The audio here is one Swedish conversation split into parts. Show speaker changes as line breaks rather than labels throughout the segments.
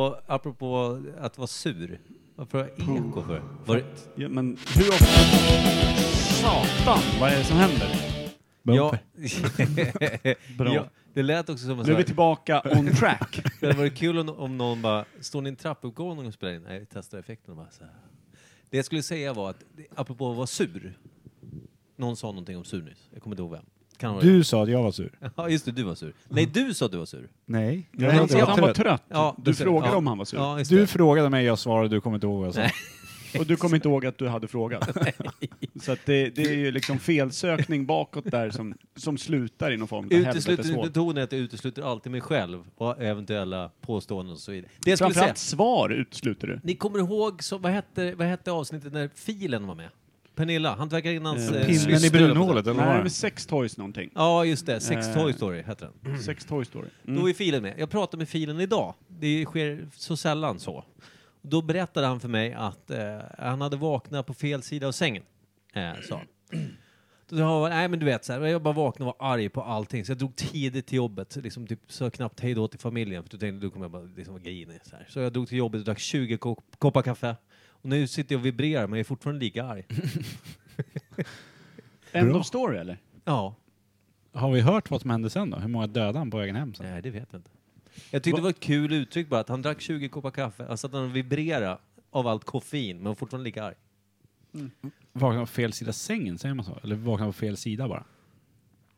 Och apropå att vara sur, varför har jag eko för? Var det,
Ja, men hur ofta... Satan, vad är det som händer?
ja,
Bumper.
Bra.
ja, det lät också som att
Nu är vi
det
tillbaka on track.
hade varit kul om, om någon bara, står ni i en trappuppgång och spelar in? Nej, vi testar effekten bara. Så här. Det jag skulle säga var att, apropå att vara sur, någon sa någonting om sur nyss, jag kommer inte ihåg vem. Kan vara
Du sa att jag var sur.
det. Ja, just det, du var sur. Nej, du sa att du var sur.
Nej.
Jag han,
jag
sa att han var trött.
Ja,
du
just det.
frågade
Ja.
om han var sur.
Ja, just
Du
det.
frågade mig, jag svarade, du kommer inte ihåg vad jag sa.
Nej.
Och du kommer inte ihåg att du hade frågat. Så att det, det är ju liksom felsökning bakåt där som, som slutar i någon form av
Utesluter
helveteshål.
inte tonen att jag utesluter alltid mig själv och eventuella påståenden och så vidare. Det jag skulle säga,
Framförallt svar utesluter du.
ni kommer ihåg, så, vad, hette, vad hette avsnittet när filen var med? Pernilla, hantverkarinnans...
Eh,
Eh,
Pinnen
syster,
i brunnhålet, eller vad
Nej,
var
men
det?
sex toys någonting.
Ja, just det. Sex
Eh.
Toy Story hette den.
Sex toy story.
Då är filen med. Jag pratade med filen idag. Det sker så sällan så. Då berättade han för mig att eh, han hade vaknat på fel sida av sängen. Eh, sa han. Då sa han, nej men du vet så här, jag bara vaknade och var arg på allting. Så jag drog tidigt till jobbet, liksom typ sa knappt hej då till familjen för då tänkte du kommer jag bara liksom vara grinig. Så, här. så jag drog till jobbet och drack 20 kop- koppar kaffe. Och nu sitter jag och vibrerar men jag är fortfarande lika arg.
End of story eller?
Ja,
Har vi hört vad som hände sen då? Hur många dödade han på vägen hem sen?
Nej, det vet jag inte. Jag tyckte det var ett kul uttryck bara, att han drack 20 koppar kaffe, alltså att han vibrerade av allt koffein, men var fortfarande lika arg.
Vaknade på fel sida sängen, säger man så? Eller vaknade på fel sida bara?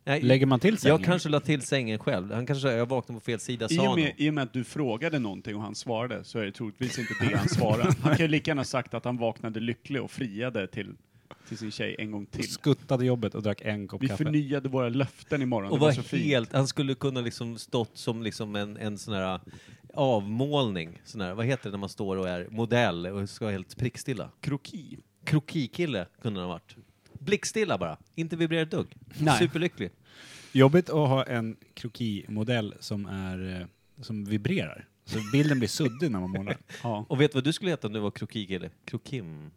Nej,
Lägger man till sängen?
jag kanske la till sängen själv. Han kanske sa, jag vaknade på fel sida,
I
sa
och,
han.
med, I och med att du frågade någonting och han svarade så är det troligtvis inte det han svarade. Han kan ju lika gärna sagt att han vaknade lycklig och friade till, till sin tjej en gång till.
Skuttade jobbet och drack en kopp
Vi
kaffe.
förnyade våra löften imorgon.
Och
det var
var
så fint.
helt, han skulle kunna liksom stått som liksom en, en sån här avmålning, sån här, vad heter det när man står och är modell och ska vara helt prickstilla?
Kroki.
Krokikille kunde han ha varit. Blickstilla bara, inte vibrerar ett dugg.
Nej.
Superlycklig.
Jobbigt att ha en krokimodell som, är, eh, som vibrerar. Så bilden blir suddig när man målar.
Ja.
Och vet du vad du skulle heta om du var krokikille? Krokim?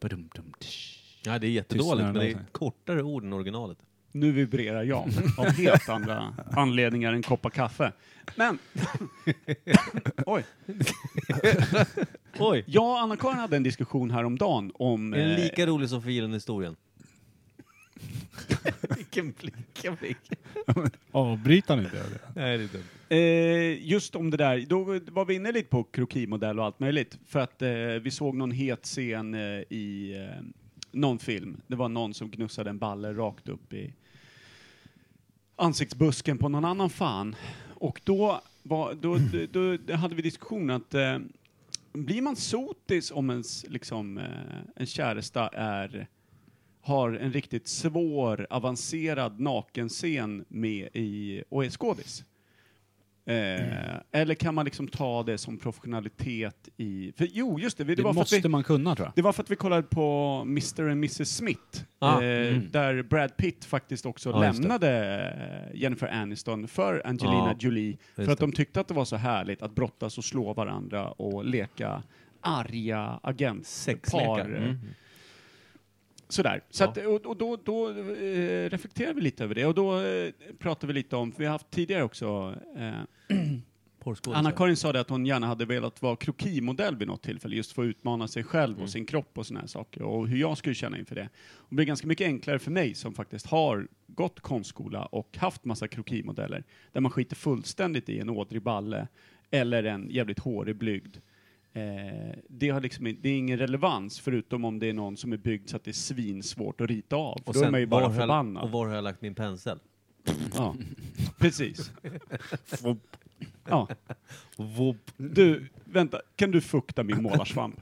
Badum, dum, tsch.
Ja, det är jättedåligt,
Tystnaden
men det
av
är
sig.
alltså.
kortare ord än originalet.
Nu vibrerar jag av helt andra anledningar än koppar kaffe. Men... Oj.
Oj!
Jag och Anna-Karin hade en diskussion häromdagen om...
Är den
eh,
lika rolig som filen i historien? vilken blick, vilken blick.
Avbryt han inte? eller?
Nej, det är dumt.
Eh, just om det där, då var vi inne lite på krokimodell och allt möjligt. För att eh, vi såg någon het scen eh, i eh, någon film. Det var någon som gnussade en balle rakt upp i ansiktsbusken på någon annan fan. Och då, var, då, då, då hade vi diskussion att eh, blir man sotis om ens, liksom, eh, en käresta är har en riktigt svår, avancerad nakenscen med i, och är skådis. Eh, Eller kan man liksom ta det som professionalitet i... För, jo, just det. Det, var
Det
för att
måste
vi,
man kunna tror jag.
det var för att vi kollade på Mr and Mrs Smith,
Ah,
eh,
mm.
där Brad Pitt faktiskt också
Ja, just det.
lämnade eh, Jennifer Aniston för Angelina
Ja,
Jolie, för
just
att de
det.
tyckte att det var så härligt att brottas och slå varandra och leka arga agentpar.
Sexlekar. Mm.
Sådär. Så
Ja.
att, och, och då, då eh, reflekterar vi lite över det och då eh, pratar vi lite om, för vi har haft tidigare också eh,
Porrskådis, ja.
Anna-Karin sa det att hon gärna hade velat vara krokimodell vid något tillfälle, just för att utmana sig själv
Mm.
och sin kropp och såna här saker, och hur jag skulle känna inför det. Och det blir ganska mycket enklare för mig som faktiskt har gått konstskola och haft massa krokimodeller, där man skiter fullständigt i en ådrig balle eller en jävligt hårig blygd. Eh, det, har liksom, in- det är ingen relevans, förutom om det är någon som är byggd så att det är svinsvårt att rita av. Och då är man ju
var
bara
har jag-
förbannad.
Och var har jag lagt min pensel?
Ja. Precis. ja.
Vop.
Du, vänta, kan du fukta min målarsvamp?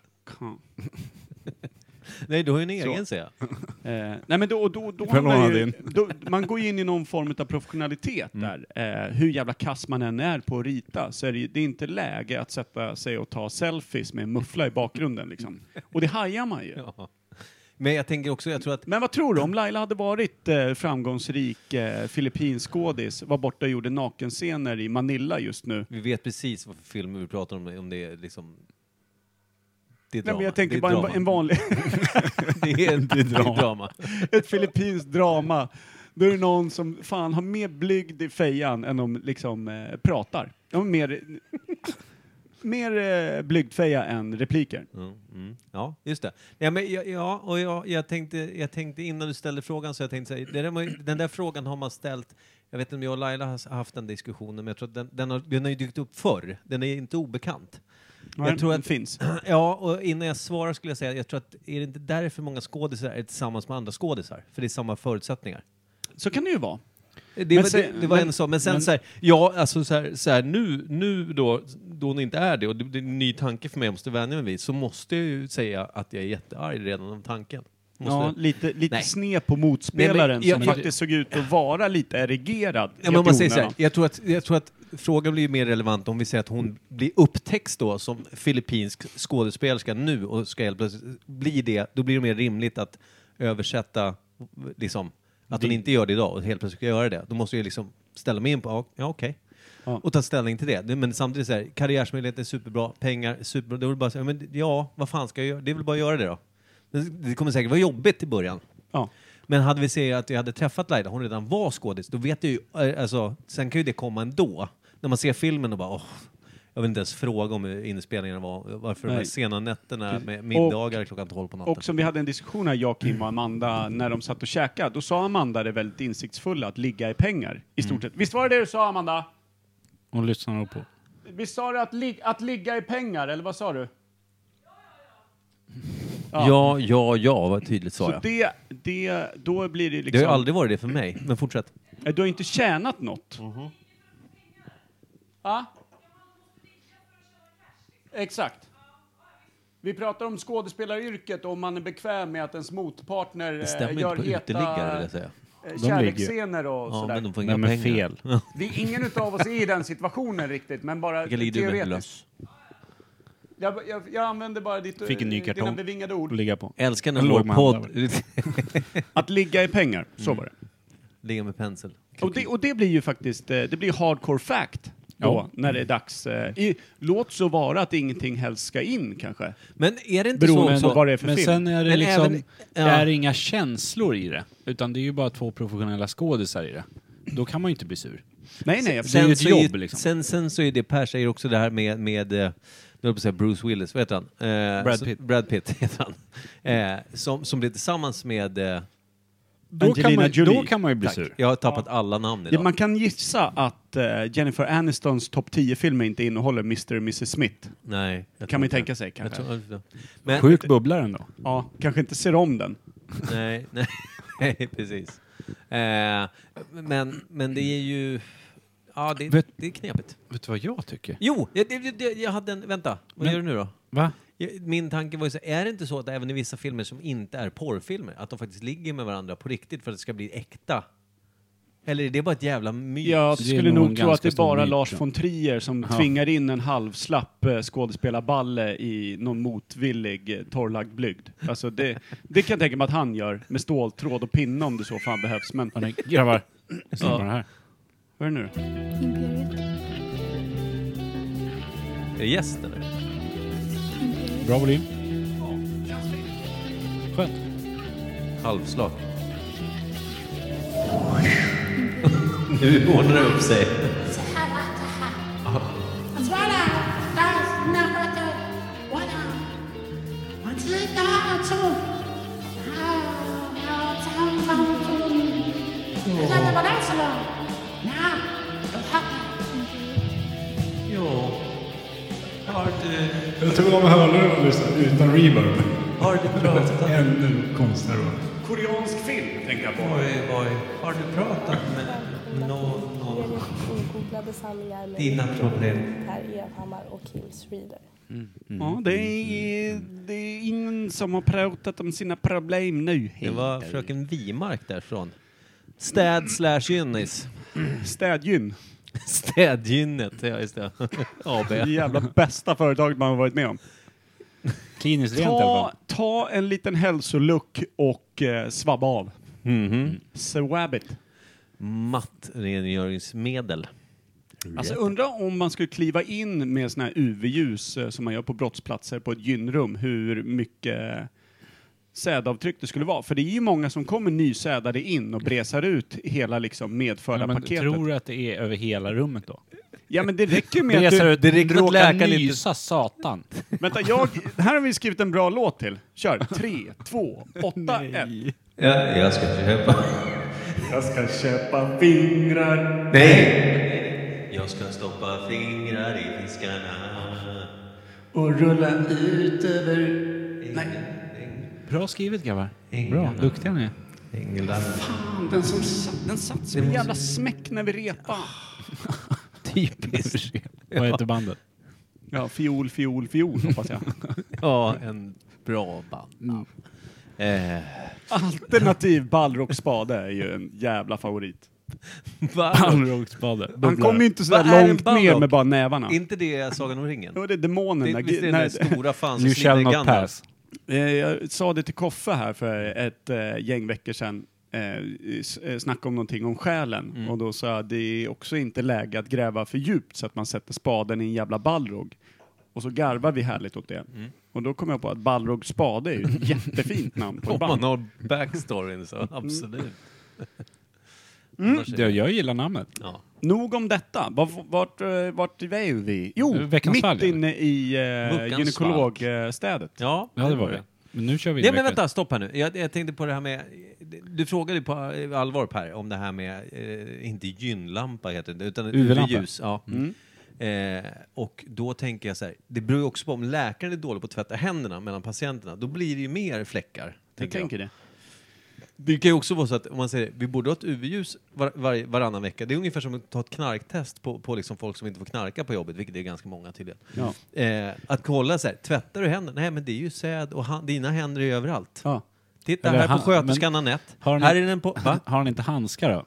Nej, du har ju en
Så.
egen, ser jag.
Eh, nej men då, då, då
Får jag
hamnar
låna
ju-
din?
då, man går ju in i någon form av professionalitet
Mm.
där. Eh, hur jävla kass man än är på att rita så är det, ju- det är inte läge att sätta sig och ta selfies med en muffla i bakgrunden liksom. Och det hajar man ju.
Ja. Men jag tänker också, jag tror att...
Men vad tror du, om Laila hade varit eh, framgångsrik eh, filippinskådis, var borta och gjorde nakenscener i Manila just nu,
Vi vet precis vad för film vi pratar om, om det är liksom... Det är drama.
Nej, men jag
det
tänker
är
bara en,
drama.
en vanlig,
det är, det är drama.
ett filippinskt drama Då är det någon som fan har mer blygd i fejan än de liksom eh, pratar. De har mer, mer eh, blygdfeja än repliker.
Mm, mm. Ja, just det. Ja, men, ja, ja och jag, jag, tänkte, jag tänkte innan du ställde frågan så jag tänkte säga, det där, var ju- den där frågan har man ställt, jag vet inte om jag och Laila har s- haft den diskussionen, men jag tror att den, den, har, den har ju dykt upp förr. Den är inte obekant.
Nej,
tror
den
att-
finns.
Ja, och innan jag svarar skulle jag säga, jag tror att är det inte därför många skådisar är tillsammans med andra skådisar? För det är samma förutsättningar.
Så kan det ju vara.
Det,
Men
var,
sen-
det, det var
men-
en sak, men sen
men-
så här, ja, alltså så här, så här nu, nu då, då hon inte är det, och det, det är en ny tanke för mig, jag måste vänja mig vid, så måste jag ju säga att jag är jättearg redan om tanken. Måste,
Ja, lite lite
Nej.
sned på motspelaren
Nej, men jag-
som
jag-
faktiskt såg ut att vara lite erigerad.
Ja, men om man säger så här, jag, tror att, jag tror att frågan blir mer relevant om vi säger att hon blir upptäckt då som filippinsk skådespelerska nu och ska helt plötsligt bli det, då blir det mer rimligt att översätta liksom, att hon inte gör det idag och helt plötsligt ska göra det. Då måste jag liksom ställa mig in på, ja, ja okej.
Ja.
Och ta ställning till det. Det- Men samtidigt så här, karriärsmöjligheter är superbra, pengar är superbra. Då är det bara så här, men ja, vad fan ska jag göra? Det är väl bara att göra det då. Men Det kommer säkert vara jobbigt i början.
Ja.
Men hade vi sett att jag hade träffat Laila, hon redan var skådis, då vet jag ju, eh, alltså, sen kan ju det komma ändå. När man ser filmen och bara, åh, jag vill inte ens fråga om hur inspelningarna var, varför de här
Nej.
sena nätterna
Precis.
med middagar klockan 12 på natten.
Och som vi hade en diskussion här, jag, Kim och Amanda, när de satt och käkade, då sa Amanda det väldigt insiktsfulla att ligga i pengar, i
Mm.
stort sett. Visst var det det du sa, Amanda?
Hon lyssnar nog på.
Visst sa du att, lig- att ligga i pengar, eller vad sa du?
Ja, ja, ja, vad tydligt sa
Så
jag. Det,
det, det, då blir det
har ju
liksom... Eh,
aldrig varit det för mig, men fortsätt.
Nej, Du har inte tjänat något. Ja. Exakt. Vi pratar om skådespelaryrket och om man är bekväm med att ens motpartner
Det
eh,
stämmer inte
gör
på
heta,
uteliggare vill jag säga.
eh,
ligger ju.
kärleksscener och
Ja,
sådär.
men de får inga
Nej men
pengar.
fel.
Det är ingen utav oss är i den situationen riktigt, men bara
Vilka ligger du med
teoretiskt.
lös?
Jag, jag, jag använder bara ditt, eh,
Fick en ny
dina
kartong.
bevingade ord.
Att ligga på.
Älskar när
Jag låg
vår
med
podd...
andra
Att ligga i pengar, så
Mm.
var det.
Ligga med pensel.
Och det, och det blir ju faktiskt, eh, det blir hardcore fact då,
Ja.
när det är dags. eh, I, låt så vara att ingenting helst ska in kanske.
Men är det inte så
Beroende på vad
också?
det är för
Men
film.
sen är det
Men
liksom,
även- ja.
det är inga känslor i det. Utan det är ju bara två professionella skådisar i det. Då kan man ju inte bli sur.
nej, nej,
Det är ju
Sen
ett
så är
jobb, liksom.
Sen, sen så är det, Per säger också det här med, med eh, nu höll jag på att säga Bruce Willis, vad heter han? Eh,
Brad
så-
Pitt.
Brad Pitt heter han. Eh, som, som blev tillsammans med, eh,
Då kan,
Angelina
man,
Jolie.
då kan man ju bli
tack,
sur.
jag har tappat alla namn idag.
ja, man kan gissa att eh, Jennifer Anistons topp 10-filmer inte innehåller Mr och Mrs Smith.
Nej. jag
Kan man ju
tror
tänka sig
inte. Jag
kanske.
tror- ja. Men,
Sjuk bubblare ändå.
Ja, kanske inte ser om den.
nej, nej, nej, precis. Eh, men, men det är ju, ja det,
Vet-
det är knepigt.
Vet du vad jag tycker?
Jo, jag, jag, jag, jag hade en, vänta, vad
Men-
gör du nu då?
Va?
Jag- Min tanke var ju så, är det inte så att även i vissa filmer som inte är porrfilmer, att de faktiskt ligger med varandra på riktigt för att det ska bli äkta? Eller är det bara ett jävla myt?
Jag
Det är
skulle
nog
nog
en
tro att
ganska
det är bara
stor myt,
Lars
ja.
von Trier som tvingar in en halvslapp eh, skådespelarballe i någon motvillig eh, torrlagd blygd. Alltså det, det kan jag tänka mig att han gör med ståltråd och pinne om det så fan behövs. Men
Hörni, grabbar. Lyssna på det här.
vad är det nu
Imperiet.
Är det gäst eller?
Bra volym. Skönt.
Halvslag. Nu ordnar det upp sig.
Voilà, das Namato. Voilà. Und sie dazu. Ah, ah, zaum, zaum, zaum. Das hat aber das war. Na, das hat
Jo. Har du,
Jag tog av mig hörlurarna och lyssnade utan reverb.
har du pratat?
Ännu konstigare va?
Koreansk film tänker jag på.
Oj, oj. Har du pratat med någon om
Ogooglade sanningar med
dina problem?
Per Evhammar och Kim Reader.
Mm.
Ja, det är, det är ingen som har pratat om sina problem nu.
Det var fröken Wimark därifrån. Städ slash gynnis.
Städgyn.
Städgynnet, ja just det. AB.
Det jävla bästa företaget man har varit med om.
Kliniskt rent i alla
Ta,
fall.
ta en liten hälsoluck och eh, svabba av.
Mhm.
Swab it.
Mattrengöringsmedel.
Alltså
Rätt.
undra om man skulle kliva in med såna här UV-ljus eh, som man gör på brottsplatser på ett gynrum, hur mycket sädavtryck det skulle vara. För det är ju många som kommer nysädade in och bresar ut hela liksom medförda
Ja, men
paketet.
tror du att det är över hela rummet då?
Ja men det räcker med att
Bresar
du...
ut,
det räcker att läkaren
råkar
inte-
nysa satan.
Vänta, jag... Här har vi skrivit en bra låt till. Kör! Tre, två, åtta, ett.
Ja, jag ska köpa.
Jag ska köpa fingrar.
Nej! Jag ska stoppa fingrar i fiskarna.
Och rulla ut över...
Bra skrivet grabbar. Bra, duktiga ni är.
Änglar.
Fan, den, som satt, den satt som en jävla smäck när vi repade.
Typiskt.
Vad heter bandet?
Ja, fiol, fiol, fiol hoppas jag.
Ja, en bra band.
Mm.
Eh,
Alternativ ballrockspade är ju en jävla favorit.
va?
Allrockspade.
Han kommer ju inte så
Vad är
där
en
långt ner
balrock?
med bara nävarna.
inte det Sagan om ringen?
Ja, det är demonen.
Det,
när
visst är
Gud-
det den där stora fan som
You shall
slider
not
Gandalf?
pass.
Eh, Jag sa det till Koffe här för ett eh, gäng veckor sedan. Eh, s- eh, snackade om någonting om själen
Mm.
och då sa jag det är också inte läge att gräva för djupt så att man sätter spaden i en jävla ballrog. Och så garvar vi härligt åt det.
Mm.
Och då kom jag på att ballrog spade är ju ett jättefint namn på
Om
ett
man
band.
har backstoryn så
Mm.
absolut. Annars är
Ja,
det-
jag gillar namnet.
Ja.
Nog om detta. Vart, vart, eh, vart är vi? Jo,
Veckans
mitt
fall, eller?
inne i eh,
Muckans
gynekologstädet.
ja,
Ja, det var det. Men nu kör vi
Nej
in
men
veckans-
vänta, stopp här nu. Jag, jag tänkte på det här med, du frågade ju på eh, allvar Per om det här med, eh, inte gynlampa heter det, utan
UV-lampa.
UV-ljus. Ja.
Mm.
Eh, och då tänker jag så här, det beror ju också på om läkaren är dålig på att tvätta händerna mellan patienterna, då blir det ju mer fläckar.
Jag
Tänker jag.
tänker det.
Det kan ju också vara så att om man säger vi borde ha ett UV-ljus var, var, varannan vecka. Det är ungefär som att ta ett knarktest på, på liksom folk som inte får knarka på jobbet, vilket det är ganska många tydligen.
Ja.
Eh, att kolla så här, tvättar du händerna? Nej men det är ju säd och han, dina händer är ju överallt.
Ja.
Titta
Eller
här
han-
på sköterskan Anette.
Har han-
Här är den på... Va?
Har han inte handskar då?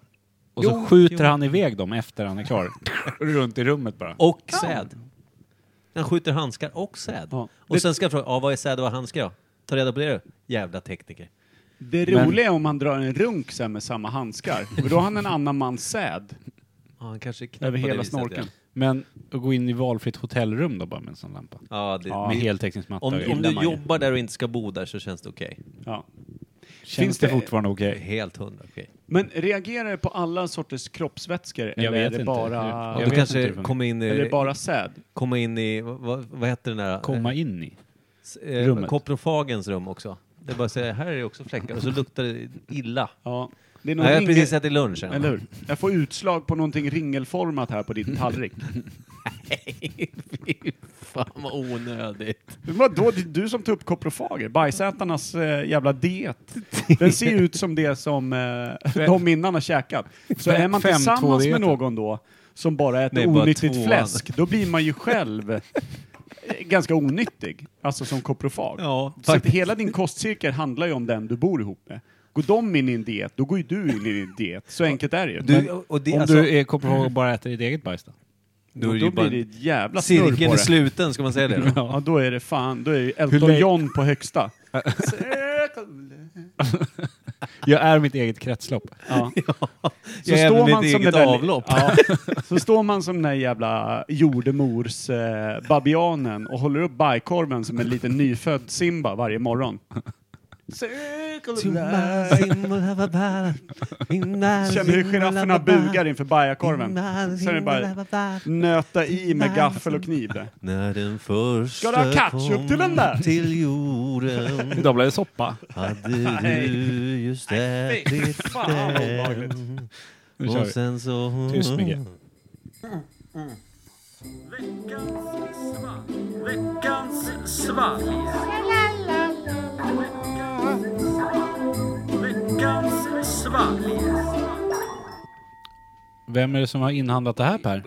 Och så
Jo,
skjuter
jo.
han iväg dem efter han är klar. Runt i rummet bara.
Och säd. Han skjuter handskar och säd.
Ja. Det-
Och sen ska jag fråga, ja, vad är säd och vad är handskar då? Ta reda på det du, jävla tekniker.
Det
Men-
roliga är om han drar en runk sen med samma handskar. Och då har han en annan mans säd
Ja, han kanske är knäpp
över
på det
hela
viset, ja.
snorkeln.
Men att gå in i valfritt hotellrum då bara med en sån lampa.
Ja, det,
Med heltäckningsmatta.
Om,
och
om
gillar
du
man ju.
jobbar där och inte ska bo där så känns det okej.
Ja.
Känns
Finns
det
det-
fortfarande okej?
Helt hundra okej.
Men reagerar det på alla sorters kroppsvätskor?
Jag
eller är
vet
det
inte.
bara...
Jag
Du
vet inte hur
kanske
det
kommer in,
Eller är det
i-
bara säd?
kommer in i, vad, vad heter den där? eh,
Komma in i.
S- eh,
rummet.
Koprofagens rum också. Det är bara att säga, här är det också fläckar och så luktar det illa.
Ja. Det är någon
Nej, jag har
ringel-
precis ätit lunch. än.
Eller hur? Jag får utslag på någonting ringelformat här på din tallrik.
Fy fan vad onödigt.
Vadå? Det är du som tar upp koprofager? Bajsätarnas eh, jävla diet. Den ser ju ut som det som eh, de innan har käkat. Så är man
Fem-
tillsammans med
tvådieten.
någon då som bara äter
Nej, bara
onyttigt
tvåan.
fläsk, då blir man ju själv eh, ganska onyttig. Alltså som koprofag.
Ja,
Så att
faktiskt.
hela din kostcirkel handlar ju om den du bor ihop med. Går de in i en diet, då går ju du in i din diet. Så enkelt är det ju.
Du, och det,
Om
alltså,
du är, kommer ihåg att bara äta ditt eget bajs då?
då är
och
det
då
ju
blir
bara
det ett jävla snurr på
cirkeln är
det.
sluten, ska man säga det då?
Ja, då är det fan, då är det
Hur
Elton
lä-
John på högsta.
Jag är mitt eget kretslopp.
Ja.
Jag är även mitt
den
eget
där-
avlopp.
Ja, så står man som den där jävla jordemors eh, babianen och håller upp bajkorven som en liten nyfödd Simba varje morgon. Känner hur girafferna bugar inför bajakorven. Så är det bara nöta i med gaffel och kniv. där.
När den första
Ska du ha ketchup
kom
till den där?
till jorden
Idag blev det soppa.
hade
Nej.
du just
Fy
ätit
fan vad obehagligt.
den.
Nu kör
Och
vi.
sen så...
Tyst Micke. Vem är det som har inhandlat det här Per?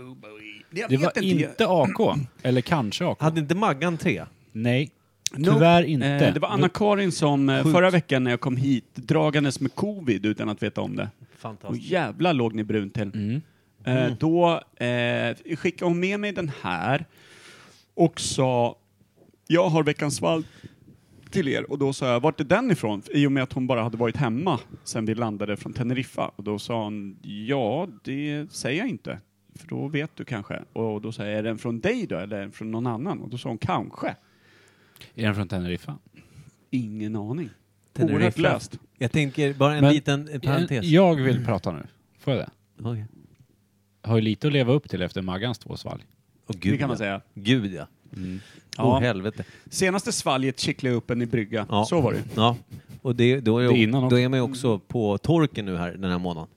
Jag
Det
vet
var inte AK. Eller kanske AK.
Hade inte Maggan tre?
Nej.
Nope.
Tyvärr inte.
Eh, det var Anna-Karin som eh,
Sjukt.
förra veckan när jag kom hit dragandes med covid utan att veta om det. Och
Fantastiskt.
jävla låg ni brunt till.
Mm.
Eh, Då eh, skickade hon med mig den här och sa jag har veckans valp till er och då sa jag vart är den ifrån? I och med att hon bara hade varit hemma sen vi landade från Teneriffa och då sa hon ja det säger jag inte för då vet du kanske och då sa jag är den från dig då eller är den från någon annan? Och då sa hon kanske.
Är den från Teneriffa?
Ingen aning.
Teneriffa.
Oerhört löst.
Jag tänker bara en
Men-
liten eh, parentes.
Jag vill prata nu. Mm. Får jag det?
Oj.
Har ju lite att leva upp till efter Maggans två svalg.
Åh, gud,
det kan man
ja.
säga.
Gud ja. Åh
Ja.
helvete.
Senaste svalget kittlade jag upp en i brygga.
Ja.
Så var det.
Ja. Och det, då, är
Det är
jag,
innan också.
då är man ju också på torken nu här den här månaden.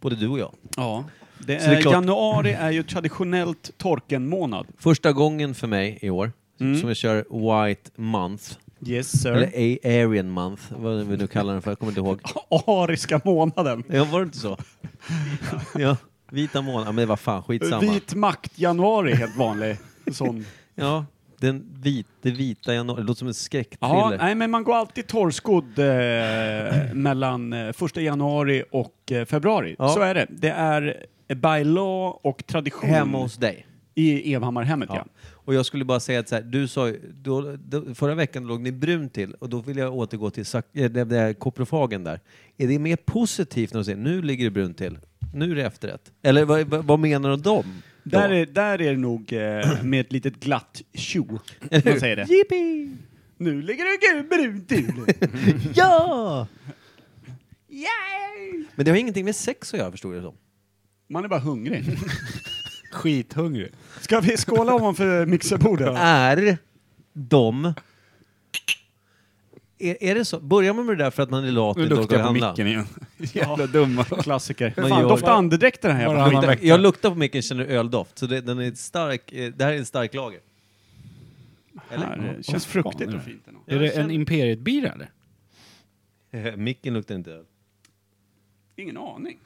Både du och jag.
Ja. Det
Så det är
är
klart-
januari är ju traditionellt torkenmånad.
Första gången för mig i år som jag kör White Month.
Yes
Eller A- Arian Month, vad vi nu kallar den för. Jag kommer inte ihåg.
Ariska månaden.
Ja, var det inte så? Ja. Vita månaden. Ja, men vad fan, skitsamma.
Vit makt-januari, helt vanlig. Sån.
Ja, den vit, det vita januari. Det låter som en
Ja,
skräcktriller.
nej, men man går alltid torrskodd eh, mellan eh, första januari och eh, februari.
Ja.
Så är det. Det är by law och tradition
Hemma hos dig.
i Evhammarhemmet. Ja.
Ja. Och jag skulle bara säga att så här, du sa ju- då, då, förra veckan låg ni brunt till och då vill jag återgå till sak, äh, det, det här koprofagen där. Är det mer positivt när de säger nu ligger det brunt till, nu är det efterrätt? Eller vad, vad, vad menar de då?
Där, är, där är det nog eh, med ett litet glatt tjo.
Eller hur?
Man säger det.
Jippi!
Nu ligger det gul brunt till.
Ja! Men det har ingenting med sex att göra förstod jag det som.
Man är bara hungrig.
Skithungrig.
Ska vi skåla ovanför mixerbordet?
Är de... Är, är det så? Börjar man med det där för att man är lat och
Nu
inte
luktar
orkar
jag på
handla?
micken igen. Jävla dumma.
Klassiker.
Man
Fan,
gör-
doftar andedräkt den här jävla
Varannan
skiten.
vecka.
Jag luktar på micken känner öldoft, så det, den är ett stark, eh, det här är en stark lager.
Här, eh,
Åh,
känns fruktigt och
fan, är det?
fint. ändå.
Är det en Imperiet-bira eller?
Eh, micken luktar inte öl.
Ingen aning.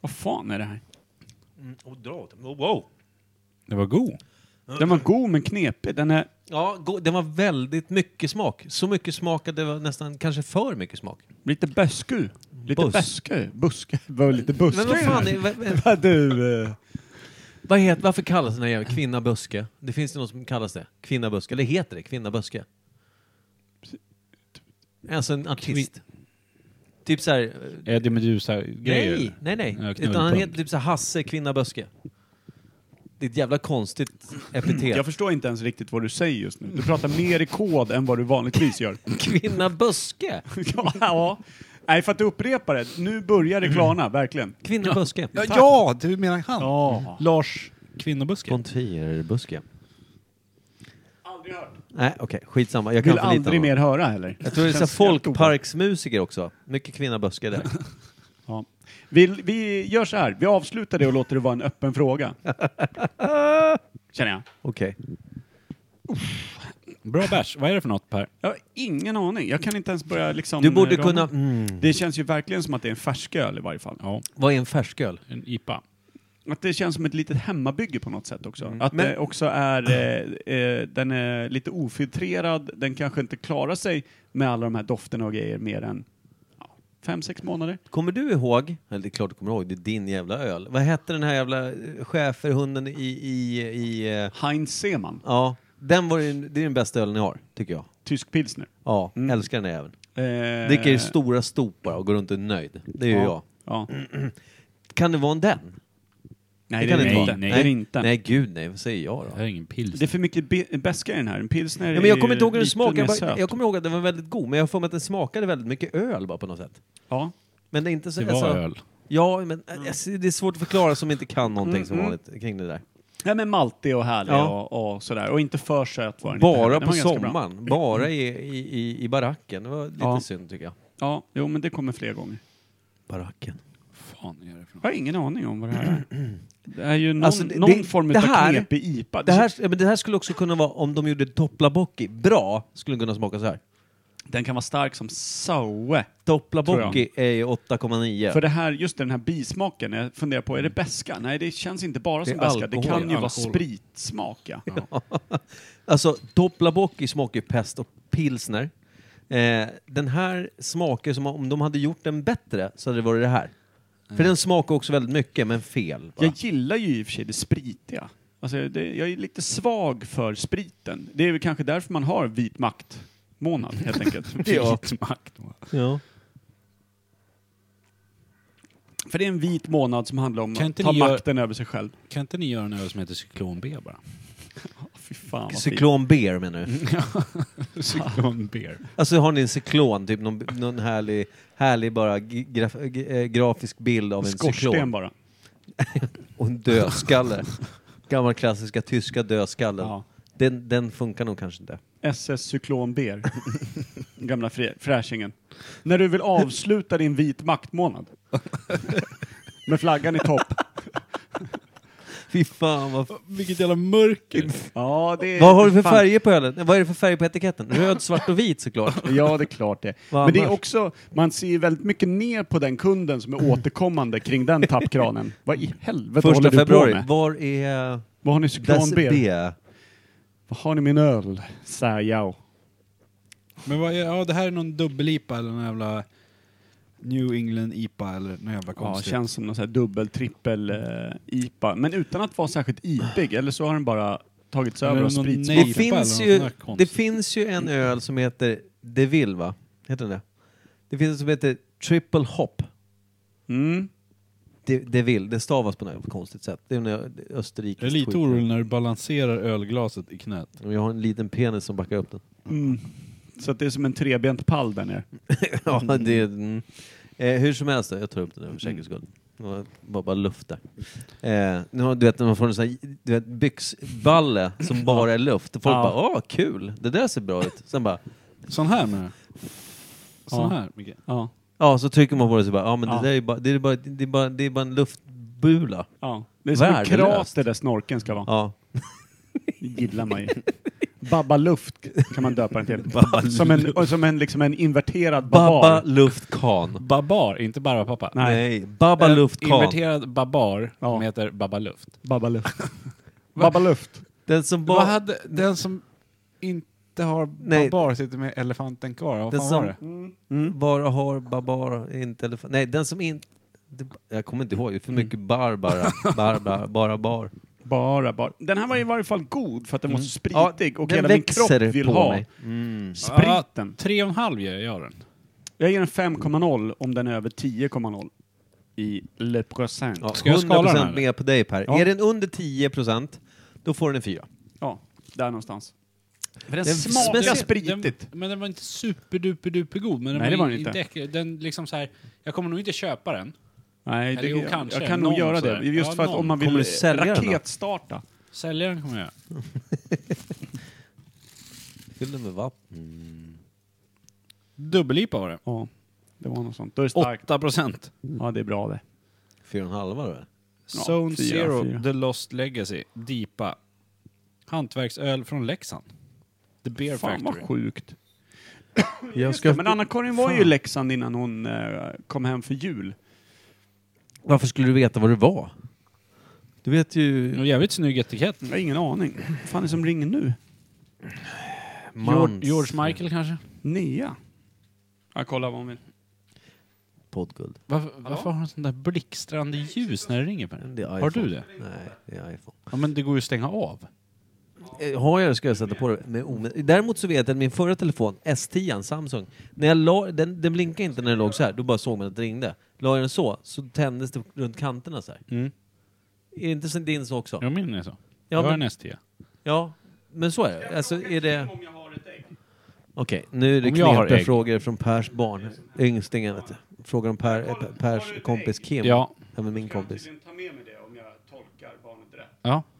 Vad fan är det här?
Oh, dra åt den. Oh, wow.
Det var god.
Den var god men knepig. Den är...
Ja, go- den var väldigt mycket smak. Så mycket smak att det var nästan kanske för mycket smak.
Lite bösku. Lite
Buss.
bösku. Buske. Var lite buske.
Men vad fan, är, vad, vad-
Vad du... eh,
vad heter, varför kallas den här jäveln kvinna buske? Det finns ju något som kallas det. Kvinna buske, eller heter det kvinna buske? Alltså en artist. Typ såhär... eh,
Eddie Meduza-grejer?
Nej, nej, nej.
Ja,
Utan han
knullpunk.
heter typ så här Hasse Kvinna Böske. Det är ett jävla konstigt
Jag
epitet.
förstår inte ens riktigt vad du säger just nu. Du pratar mer i kod än vad du vanligtvis gör.
Kvinna Böske!
ja, ja. Nej, för att du upprepar det. Nu börjar det klarna, verkligen.
Kvinna Böske.
Ja, ja, du menar han?
Ja.
Lars Kvinnobuske?
Konfirbuske.
Aldrig hört.
Nej, okej. Skitsamma. Jag kan
Vill
för lite
aldrig
om honom.
mer höra heller.
Jag tror det är så här
Känns helt
folkparksmusiker också. Mycket Kvinna Böske där.
Ja. Vi, vi gör så här, vi avslutar det och låter det vara en öppen fråga. Känner jag.
Okej.
Bra bärs. Vad är det för något Per?
Jag har ingen aning, jag kan inte ens börja liksom...
Du borde
eh, rama.
kunna... Mm.
Det känns ju verkligen som att det är en färsköl i varje fall.
Ja,
Vad är en färsköl?
en IPA.
Att det känns som ett litet hemmabygge på något sätt också. Att
Men-
det också är, eh, eh, den är lite ofiltrerad, den kanske inte klarar sig med alla de här dofterna och grejer mer än ja, fem, sex månader.
Kommer du ihåg, eller det är klart du kommer ihåg, det är din jävla öl. Vad hette den här jävla eh, schäferhunden i... i, i eh,
Heinz Seemann,
ja, den var ju, det är den bästa ölen ni har, tycker jag.
tysk pilsner.
Ja,
Mm.
älskar den där jäveln.
Eh,
Dricker i stora stopar och går runt och är nöjd. Det är ju jag.
Ja.
Kan det vara en den?
Nej, det,
Mm. kan
är
inte vara.
det inte. det är det inte.
Nej, gud nej. Vad säger jag
Det
då?
här är ingen pils.
Det är för mycket be- beska i den här. En pilsner
Ja, men jag
är
kommer inte ihåg hur den
lite mer
smakade. Jag, bara-
söt.
jag kommer ihåg att den var väldigt god, men jag får mig att den smakade väldigt mycket öl bara på något sätt.
Ja.
Men det är inte så... alltså-
Det var
alltså-
öl.
Ja, men äh, alltså, det är svårt att förklara som inte kan någonting som vanligt kring det där.
ja, Mm, men maltig och härlig
Ja.
och, och sådär. Och inte för söt var den inte heller.
Bara
Den
på
var ganska bra. Mm.
sommaren. Bara i, i, i, i baracken. Det var lite
Ja.
synd tycker jag.
Ja, jo men det kommer fler gånger.
Baracken.
fan är det för något?
Jag har ingen aning om vad det här är. Det är ju någon,
Alltså, det-
någon
det-
form
det
av
här-
knepig IPA.
Det här, ja, men det här skulle också kunna vara, om de gjorde Toplabocki bra, skulle den kunna smaka så här.
Den kan vara stark som saue.
Toplabocki är ju 8,9.
För det här, just den här bismaken, jag funderar på, är det beska? Nej, det känns inte bara
Det
som
är
beska. Det
alkohol.
kan ju vara
Alkohol.
spritsmak, ja.
Alltså, Toplabocki smakar ju pest och pilsner. Eh, den här smakar som om de hade gjort den bättre så hade det varit det här. För den smakar också väldigt mycket, men fel. bara.
Jag gillar ju i och för sig det spritiga. Alltså, det, jag är lite svag för spriten. Det är väl kanske därför man har vit makt-månad, helt enkelt.
Ja.
Vitmakt. va?
Ja.
För det är en vit månad som handlar om
Kan
att
inte
ta
ni göra-
makten över sig själv.
Kan inte ni göra en öl som heter Cyklon B bara?
Fy fan vad fint.
Mm. Cyklon Beer menar du?
Cyklon Bear.
Alltså har ni en cyklon, typ någon, någon härlig, härlig bara g- graf, g- eh, grafisk bild av en
Skorsten
cyklon
bara.
och en dödskalle. Gammal klassiska tyska dödskallen.
Ja.
Den, den funkar nog kanske inte.
SS Cyklon Beer. Gamla frä- fräsingen. När du vill avsluta din vit maktmånad. Med flaggan i topp.
Fy fan vad...
Vilket jävla mörker.
Ja, det är
Vad har du för
fan-
färger på ölen? Nej, Vad är det för färg på etiketten? Röd, svart och vit såklart.
Ja, det är klart det.
Vad
Men det är
annars?
också, man ser ju väldigt mycket ner på den kunden som är återkommande kring den tappkranen. Vad i helvete håller
Första
du på
februari.
med?
Var är...
Vad har ni cyklon
Das
B?
B?
Vad har ni min öl? Säger jag.
Men vad är, ja, det här är någon dubbel-IPA eller någon jävla New England-IPA eller något jävla
Ja,
konstigt.
känns som någon sån här dubbel, trippel eh, IPA. Men utan att vara särskilt IPig, eller så har den bara tagits
Eller
över av
någon
Det
Nej,
spritsmaken.
nejl- Pelle,
finns,
något
ju,
sånt där
det
konstigt.
finns ju en öl som heter Deville, va? Heter den det? Det finns en som heter Triple Hop.
Mm.
De- Deville, det stavas på något konstigt sätt. Det är en ö- österrikisk
Jag är lite
skit.
orolig när du balanserar ölglaset i knät.
Jag har en liten penis som backar upp den.
Mm. Så att det är som en trebent pall där nere.
ja, det, är- mm. eh, hur som helst, då, jag tar upp den här för säkerhets skull.
Mm.
Och Bara, bara luft där. Eh, nu har, du vet när man får en sån här du vet, byxballe som bara är luft. Och folk
Ja.
bara åh kul, det där ser bra ut. Sen bara
Sån här menar du? Sån
Ja.
här? Micke?
Ja.
ja så trycker man på det och så bara ja men
Ja.
det där är ju bara, det är bara, det är bara, det är bara en luftbula.
ja. Det är som en
Värdelöst.
krater där snorken ska vara.
Ja.
Det gillar man ju. Babba luft kan man döpa den till. som en, och som en, liksom en inverterad babar.
Babba luftkan.
Babar, inte bara pappa.
Nej. Babba
En
luftkan.
Inverterad babar
Ja.
som heter babaluft.
Babba luft. Babba luft.
Den som,
Vad
ba-
hade den som inte har
Nej.
babar sitter med elefanten kvar? Vad
Den
fan
som- Mm.
var det?
bara har babar, inte elefant. Nej, den som inte... Jag kommer inte ihåg, det är för mycket bar bara. Bar, bar, bara bar.
Bara, bara. Den här var ju i varje fall god för att den var så spritig och
Mm. den
hela min kropp
växer
vill
på
ha
mig. Mm.
spriten.
Tre och en halv ger jag den.
Jag ger den 5,0 om den är över 10,0 i Le Present.
Ja,
Ja.
Ska jag skala den
100%
här?
mer på dig Per.
Ja.
Är den under 10% då får den en 4.
där någonstans. För den,
Den
smakar
speciell-
spritigt.
Den, men den var inte superduper duper god. Men den
Nej, det var den
inte.
inte.
äcklig. Den liksom så här, jag kommer nog inte köpa den.
Nej, det,
Eller jo,
jag,
kanske.
jag kan
Någon
nog göra
sådär.
det. Just
Ja,
för att
någon.
om man vill
Kommer du sälja den då?
raketstarta.
Sälja den kommer jag göra.
Fyll den med vatten.
Dubbel-IPA var det.
Ja, det var något sånt. Då är det starkt.
8 procent.
Ja, det är bra det.
4,5 var det
Ja,
Zone
fyra,
Zero,
fyra.
The Lost Legacy, DIPA. Hantverksöl från Leksand. The Beer
Fan
Factory.
vad sjukt.
jag
Ja, men Anna-Karin var ju i
Fan.
Leksand innan hon eh, kom hem för jul.
Varför skulle du veta vad det var? Du vet ju...
Och jävligt snygg etikett.
Jag har ingen aning. Vad fan är det som ringer nu?
Mans
George Michael kanske?
Nia. Jag kollar vad hon vill.
poddguld.
Varför, varför har du sånt där blixtrande ljus när det ringer på den?
Det är
Har du
iPhone.
det?
Nej, det är iPhone.
Ja men det går ju att stänga av.
Eh, Har jag det ska jag sätta på det med omed- Däremot så vet jag att min förra telefon, S10, Samsung, när jag la, den, den blinkade inte när den låg så här. då bara såg man att det ringde. La jag den så, så tändes det runt kanterna så här.
Mm.
Är det inte som din så också?
Jag minns det så.
Ja,
jag har
men-
en ST.
Ja, men så är det. Alltså är det... Okej, nu är det
Om jag har
knepiga
ägg.
frågor från Pers barn, ynglingen. vet du. Frågar om per, eh, Pers kompis Kim.
Ja.
Även min kompis.
ta med mig det om jag tolkar barnet rätt.
Ja.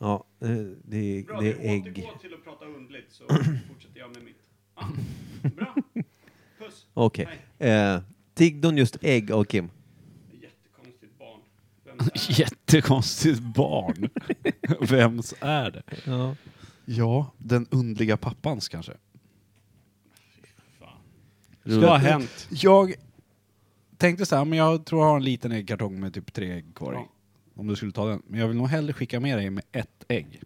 Ja, eh, det, är- det är ägg.
till att prata undligt så fortsätter jag med mitt. Bra. Puss.
Okej. Eh, tiggde hon just ägg av Kim?
Jättekonstigt barn.
Jättekonstigt barn. Vems är det?
Ja.
Ja, den undliga pappans kanske.
Vad har hänt?
Jag tänkte så här, men jag tror jag har en liten äggkartong med typ tre ägg kvar i.
Ja.
Om du skulle ta den. Men jag vill nog hellre skicka med dig med ett ägg.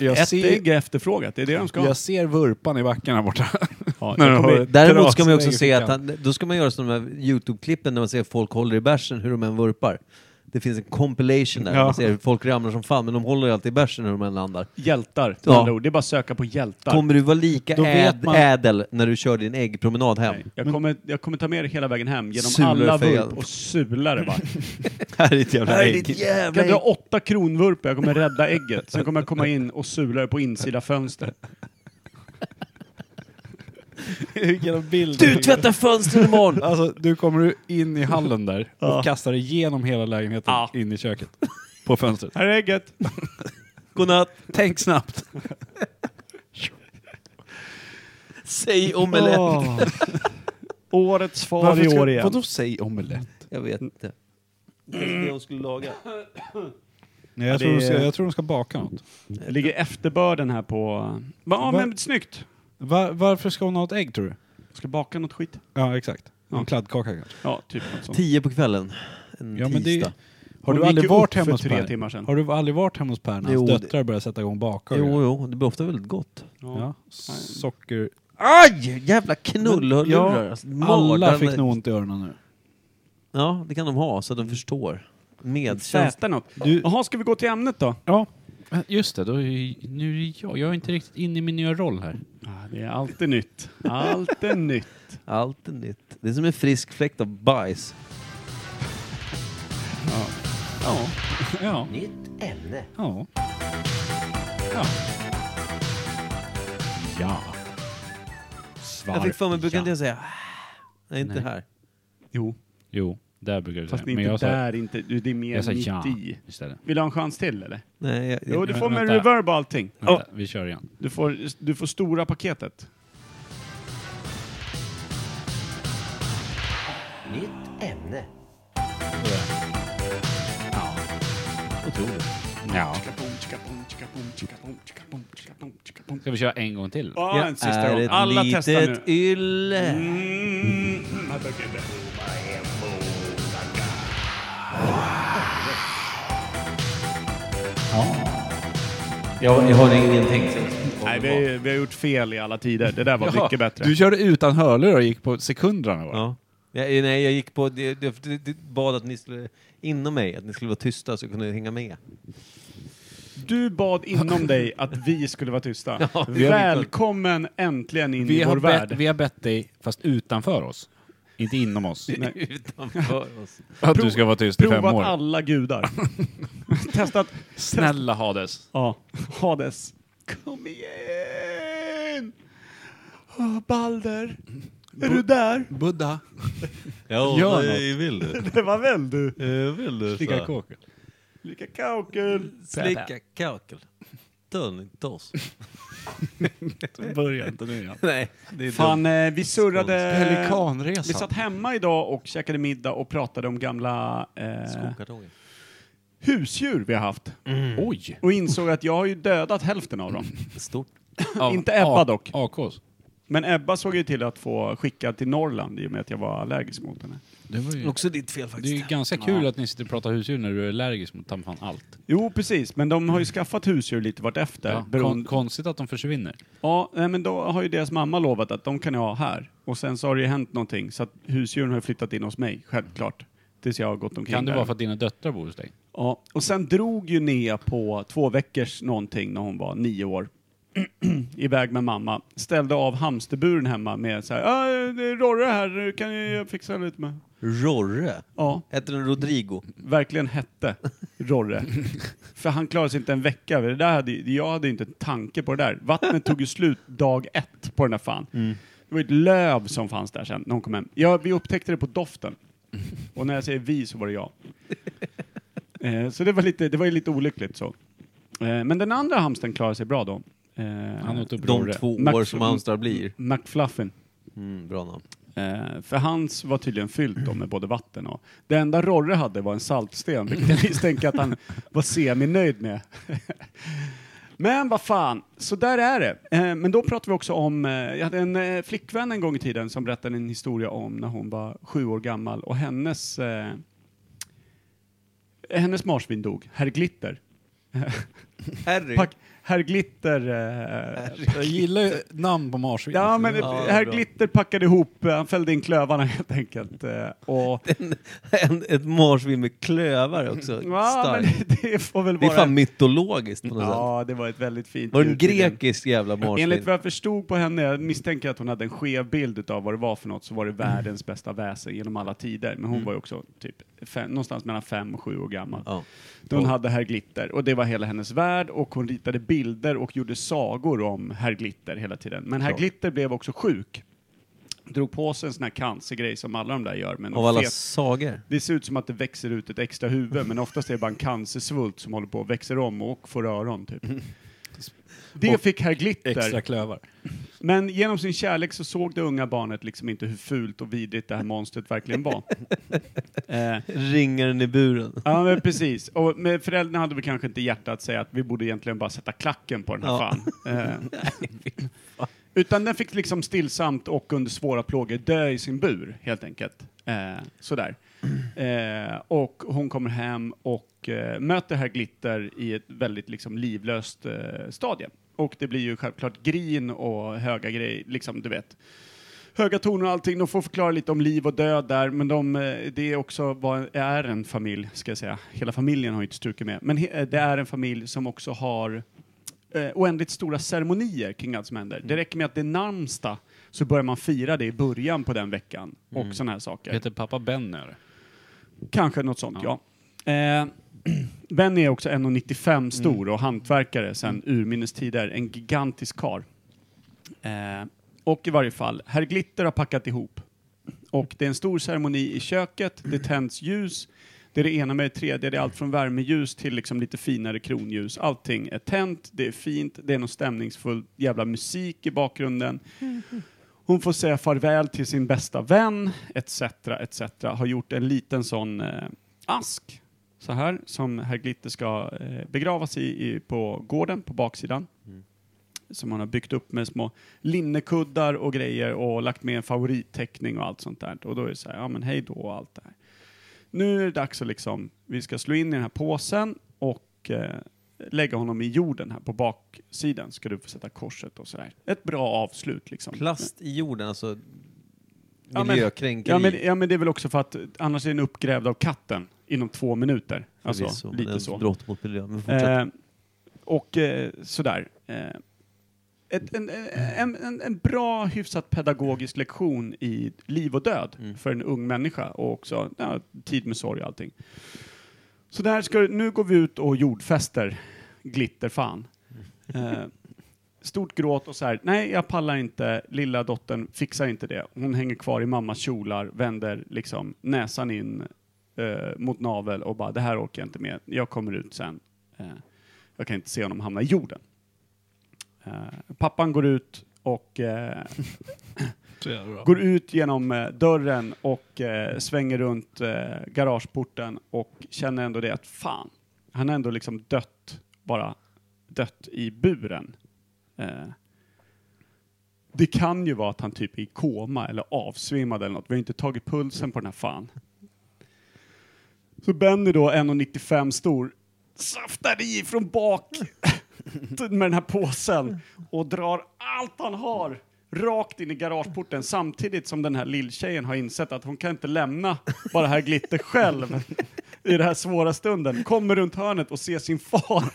Jag
Ett
ser,
ägg är efterfrågat, det är det de ska ha.
Jag ser vurpan i backen här borta.
Ja,
När
jag
de
kommer-
har ett
Däremot ska
terrass
man ju
med
också
ägg i
se att
fickan.
han, då ska man göra sådana här YouTube-klippen när man ser folk håller i bärsen, hur de än vurpar. Det finns en compilation där,
Ja.
man ser hur folk ramlar som fan, men de håller ju alltid i bärsen hur de än landar.
Hjältar, med
Ja.
andra ord. Det är bara att söka på hjältar.
Kommer du vara lika
Då vet
äd,
man-
ädel när du kör din äggpromenad hem?
Nej, jag, kommer, jag kommer ta med det hela vägen hem genom
Sular
alla
för
vurp
hjälp.
och sula det bara.
Här är ett jävla ägg.
jävla
Kan du ha åtta kronvurpor? Jag kommer rädda ägget. Sen kommer jag komma in och sula det på insida fönster.
Genom bilden.
Du tvättar fönstren imorgon!
Alltså, du kommer du in i hallen där och
Ja.
kastar igenom hela lägenheten
Ja.
in i köket. På fönstret.
Här är ägget!
Godnatt!
Tänk snabbt.
Säg omelett!
Årets far i år igen.
Vadå säg omelett?
Jag vet inte. Det hon skulle laga.
Nej,
Ja,
jag,
det
tror de
är-
ska, jag tror de ska baka något.
Det ligger efterbörden här på... Ja, men snyggt!
Va- varför ska hon ha ett ägg tror du?
Ska baka något skit?
Ja, exakt. En
Ja.
kladdkaka kanske.
Ja, typ något sånt.
Tio på kvällen. En
Ja, men det-
tisdag.
Har
Hon
du
gick
aldrig
ju
varit
upp
hemma
för
hos
tre
Per?
timmar sedan.
Har du aldrig varit hemma hos Per när hans
Jo, det-
döttrar börjar sätta igång bakar?
Jo, jo, det blir ofta väldigt gott.
Ja.
Ja. Socker.
Aj! Jävla knullhörlurar!
Ja,
Alltså,
Alla
magen-
fick nog ont i öronen nu.
Ja, det kan de ha så att de förstår. Medkänsla.
Säta något.
Du-
Jaha, ska vi gå till ämnet då?
Ja. Just det, då är, nu är det jag. Jag är inte riktigt inne i min nya roll här.
Ja, det är alltid nytt. Alltid nytt.
Allt är nytt. Det är som en frisk fläkt av bajs.
Ja. ja.
Nytt ämne.
Ja. Ja. Ja. Svar.
Jag fick för mig, brukar inte
ja.
jag säga Nej, inte
Nej.
här.
Jo,
Jo, där brukar du
fast
säga.
inte
jag sa-
där, inte, du, det är mer
jag sa
mitt
ja
i.
istället.
Vill du ha en chans till eller?
Nej, jag,
Jo,
jag,
du
Men
får med
vänta.
reverb och allting.
Vänta,
Ja.
Vi kör igen.
Du, får, du får stora paketet.
Nytt ämne.
otroligt.
Ja. Ska vi köra en gång till?
Ja, en
jag
sista
är
gång.
ett
Alla testar
litet
nu.
ylle.
Mm.
Jag, jag har ingenting. så-
Nej, vi, har ju- vi har gjort fel i alla tider. Det där var mycket bättre.
Du körde utan hörlurar och gick på sekunderna va?
Ja. Jag, nej, jag gick på... Det, det, det, det bad att ni skulle... Inom mig, att ni skulle vara tysta så jag kunde hänga med.
Du bad inom dig att vi skulle vara tysta.
Ja, vi har-
Välkommen äntligen in
Vi,
i vår
har bett,
värld.
vi har bett dig, fast utanför oss. Inte inom oss.
Utanför oss.
Att du ska vara tyst i fem
Provat
år.
alla gudar. Testat.
Snälla Hades.
Ja. Hades. Kom igen! Åh, Balder, är du där?
Buddha.
Ja,
Gör
nej, vill du?
Det var väl du?
Eh, Vill du?
Slicka
sa-
kåken.
Lika kaukel.
Slicka kakel. Tony Toss.
Börja inte nu igen.
Nej, det är
Fan, eh, vi surrade... Vi
Pelikanresan.
satt hemma idag och käkade middag och pratade om gamla eh,
Skokartongen.
husdjur vi har haft.
Oj!
Och insåg att jag har ju dödat hälften av dem.
Stort.
Inte Ebba
A-
dock.
AKs.
Men Ebba såg ju till att få skickad till Norrland i och med att jag var allergisk mot henne.
Det, var ju,
Också ditt fel
det är ju
faktiskt.
ganska kul att ni sitter och pratar husdjur när du är allergisk mot tam fan allt.
Jo, precis. Men de har ju skaffat husdjur lite vartefter.
Mm. Ja, kon
beroende-
konstigt att de försvinner.
Ja, nej, men då har ju deras mamma lovat att de kan jag ha här. Och sen så har det ju hänt någonting så att husdjuren har ju flyttat in hos mig, självklart. Tills jag har gått omkring
Kan det
där.
vara för att dina döttrar bor hos dig?
Ja, och sen drog ju Nea på två veckors någonting när hon var nio år. Iväg med mamma. Ställde av hamsterburen hemma med så här, "Ah, det är Rorre här, nu kan jag fixa lite med.
Rorre.
Ja,
Heter den Rodrigo?
verkligen hette Rorre. För han klarade sig inte en vecka. Det där hade, ju- jag hade ju inte en tanke på det där. Vattnet tog ju slut dag ett på den där fan.
Mm.
Det var ju ett löv som fanns där sen när hon kom hem. Ja, vi upptäckte det på doften. Och när jag säger vi så var det jag. Eh, så det var, lite, det var ju lite olyckligt så. Eh, men den andra hamsten klarade sig bra då. Eh,
Han åt upp
De
Rorre.
två
Max-
år som hamstrar blir.
McFluffin.
Mm, bra namn.
Eh, för hans var tydligen fyllt då med både vatten och... Det enda Rorre hade var en saltsten, vilket jag misstänker att han var semi-nöjd med. Men vad fan, så där är det. Eh, men då pratar vi också om, eh, jag hade en eh, flickvän en gång i tiden som berättade en historia om när hon var sju år gammal och hennes, eh, hennes marsvin dog, herr Glitter.
Harry.
Pack, herr Glitter eh,
Jag gillar ju namn på marsvin.
Ja, men
Ja,
herr
bra.
Glitter packade ihop, eh, han fällde in klövarna helt enkelt. eh, Och,
En, ett marsvin med klövar också.
ja,
Starkt.
men det får väl
Det
vara...
är fan mytologiskt på något sätt.
ja, det var ett väldigt fint
Var det en
djur tydligen.
grekisk jävla marsvin?
Enligt vad jag förstod på henne, jag misstänker att hon hade en skev bild utav vad det var för något, så var det världens bästa väsen genom alla tider. Men hon var ju också typ fem, någonstans mellan fem och sju år gammal.
Mm. Ja.
Då hon hade herr Glitter och det var hela hennes värld och hon ritade bilder och gjorde sagor om herr Glitter hela tiden. Men herr Glitter blev också sjuk drog på sig en sån här cancergrej som alla de där gör. Men
Av alla sagor.
det ser ut som att det växer ut ett extra huvud, men oftast är det bara en cancersvult som håller på och växer om och får öron, typ. Det
Och
fick herr Glitter.
Extra klövar.
Men genom sin kärlek så såg det unga barnet liksom inte hur fult och vidrigt det här monstret verkligen var. eh,
Ringaren i buren.
ja, men precis. Och med föräldrarna hade vi kanske inte hjärta att säga att vi borde egentligen bara sätta klacken på den här
Ja.
fan. Eh, utan den fick liksom stillsamt och under svåra plågor dö i sin bur, helt enkelt. Eh, sådär. Eh, och hon kommer hem och eh, möter herr Glitter i ett väldigt liksom, livlöst eh, stadie. Och det blir ju självklart grin och höga grejer, liksom du vet. Höga toner och allting, de får förklara lite om liv och död där, men de, eh, det är också vad är en familj, ska jag säga. Hela familjen har ju inte strukit med, men he, eh, det är en familj som också har eh, oändligt stora ceremonier kring allt som händer. Det räcker med att det är namnsdag så börjar man fira det i början på den veckan och sådana här saker.
Heter pappa Benny eller?
Kanske något sånt, ja. Eh, Benny är också 1,95 stor och hantverkare sedan urminnes tider. En gigantisk kar. Eh, och i varje fall, herr Glitter har packat ihop. Och det är en stor ceremoni i köket, det tänds ljus, det är det ena med det tredje, det är allt från värmeljus till liksom lite finare kronljus. Allting är tänt, det är fint, det är någon stämningsfull jävla musik i bakgrunden. Hon får säga farväl till sin bästa vän, etc. etc. Har gjort en liten sån eh, ask, så här, som herr Glitter ska eh, begravas i, i på gården, på baksidan. Som han har byggt upp med små linnekuddar och grejer och lagt med en favoritteckning och allt sånt där. Och då är det så här, ja men hej då och allt det här. Nu är det dags att liksom, vi ska slå in i den här påsen och eh, lägga honom i jorden här på baksidan. Ska du få sätta korset och sådär. Ett bra avslut liksom.
Plast i jorden, alltså
men-
miljökränkeri.
Ja men, ja men det är väl också för att annars är den uppgrävd av katten inom två minuter. Alltså,
Förvisso, men
lite
ett
så.
Brott mot miljön. Men Mm, fortsätt.
Eh, och eh, sådär. Eh, ett, en, eh, en, en, en bra, hyfsat pedagogisk lektion i liv och död för en ung människa och också ja, tid med sorg och allting. Så där ska, det- nu går vi ut och jordfäster glitterfan. Eh, stort gråt och så här, nej jag pallar inte, lilla dottern fixar inte det. Hon hänger kvar i mammas kjolar, vänder liksom näsan in eh, mot navel och bara det här orkar jag inte med, jag kommer ut sen. Eh, jag kan inte se honom hamna i jorden. Eh, pappan går ut och eh, går ut genom eh, dörren och eh, svänger runt eh, garageporten och känner ändå det att fan, han har ändå liksom dött, bara dött i buren. Eh, det kan ju vara att han typ är i koma eller avsvimmad eller något. Vi har inte tagit pulsen på den här fan. Så Benny då, 1,95 stor, saftar i från bak med den här påsen och drar allt han har rakt in i garageporten samtidigt som den här lilltjejen har insett att hon kan inte lämna bara här Glitter själv i den här svåra stunden. Kommer runt hörnet och ser sin far.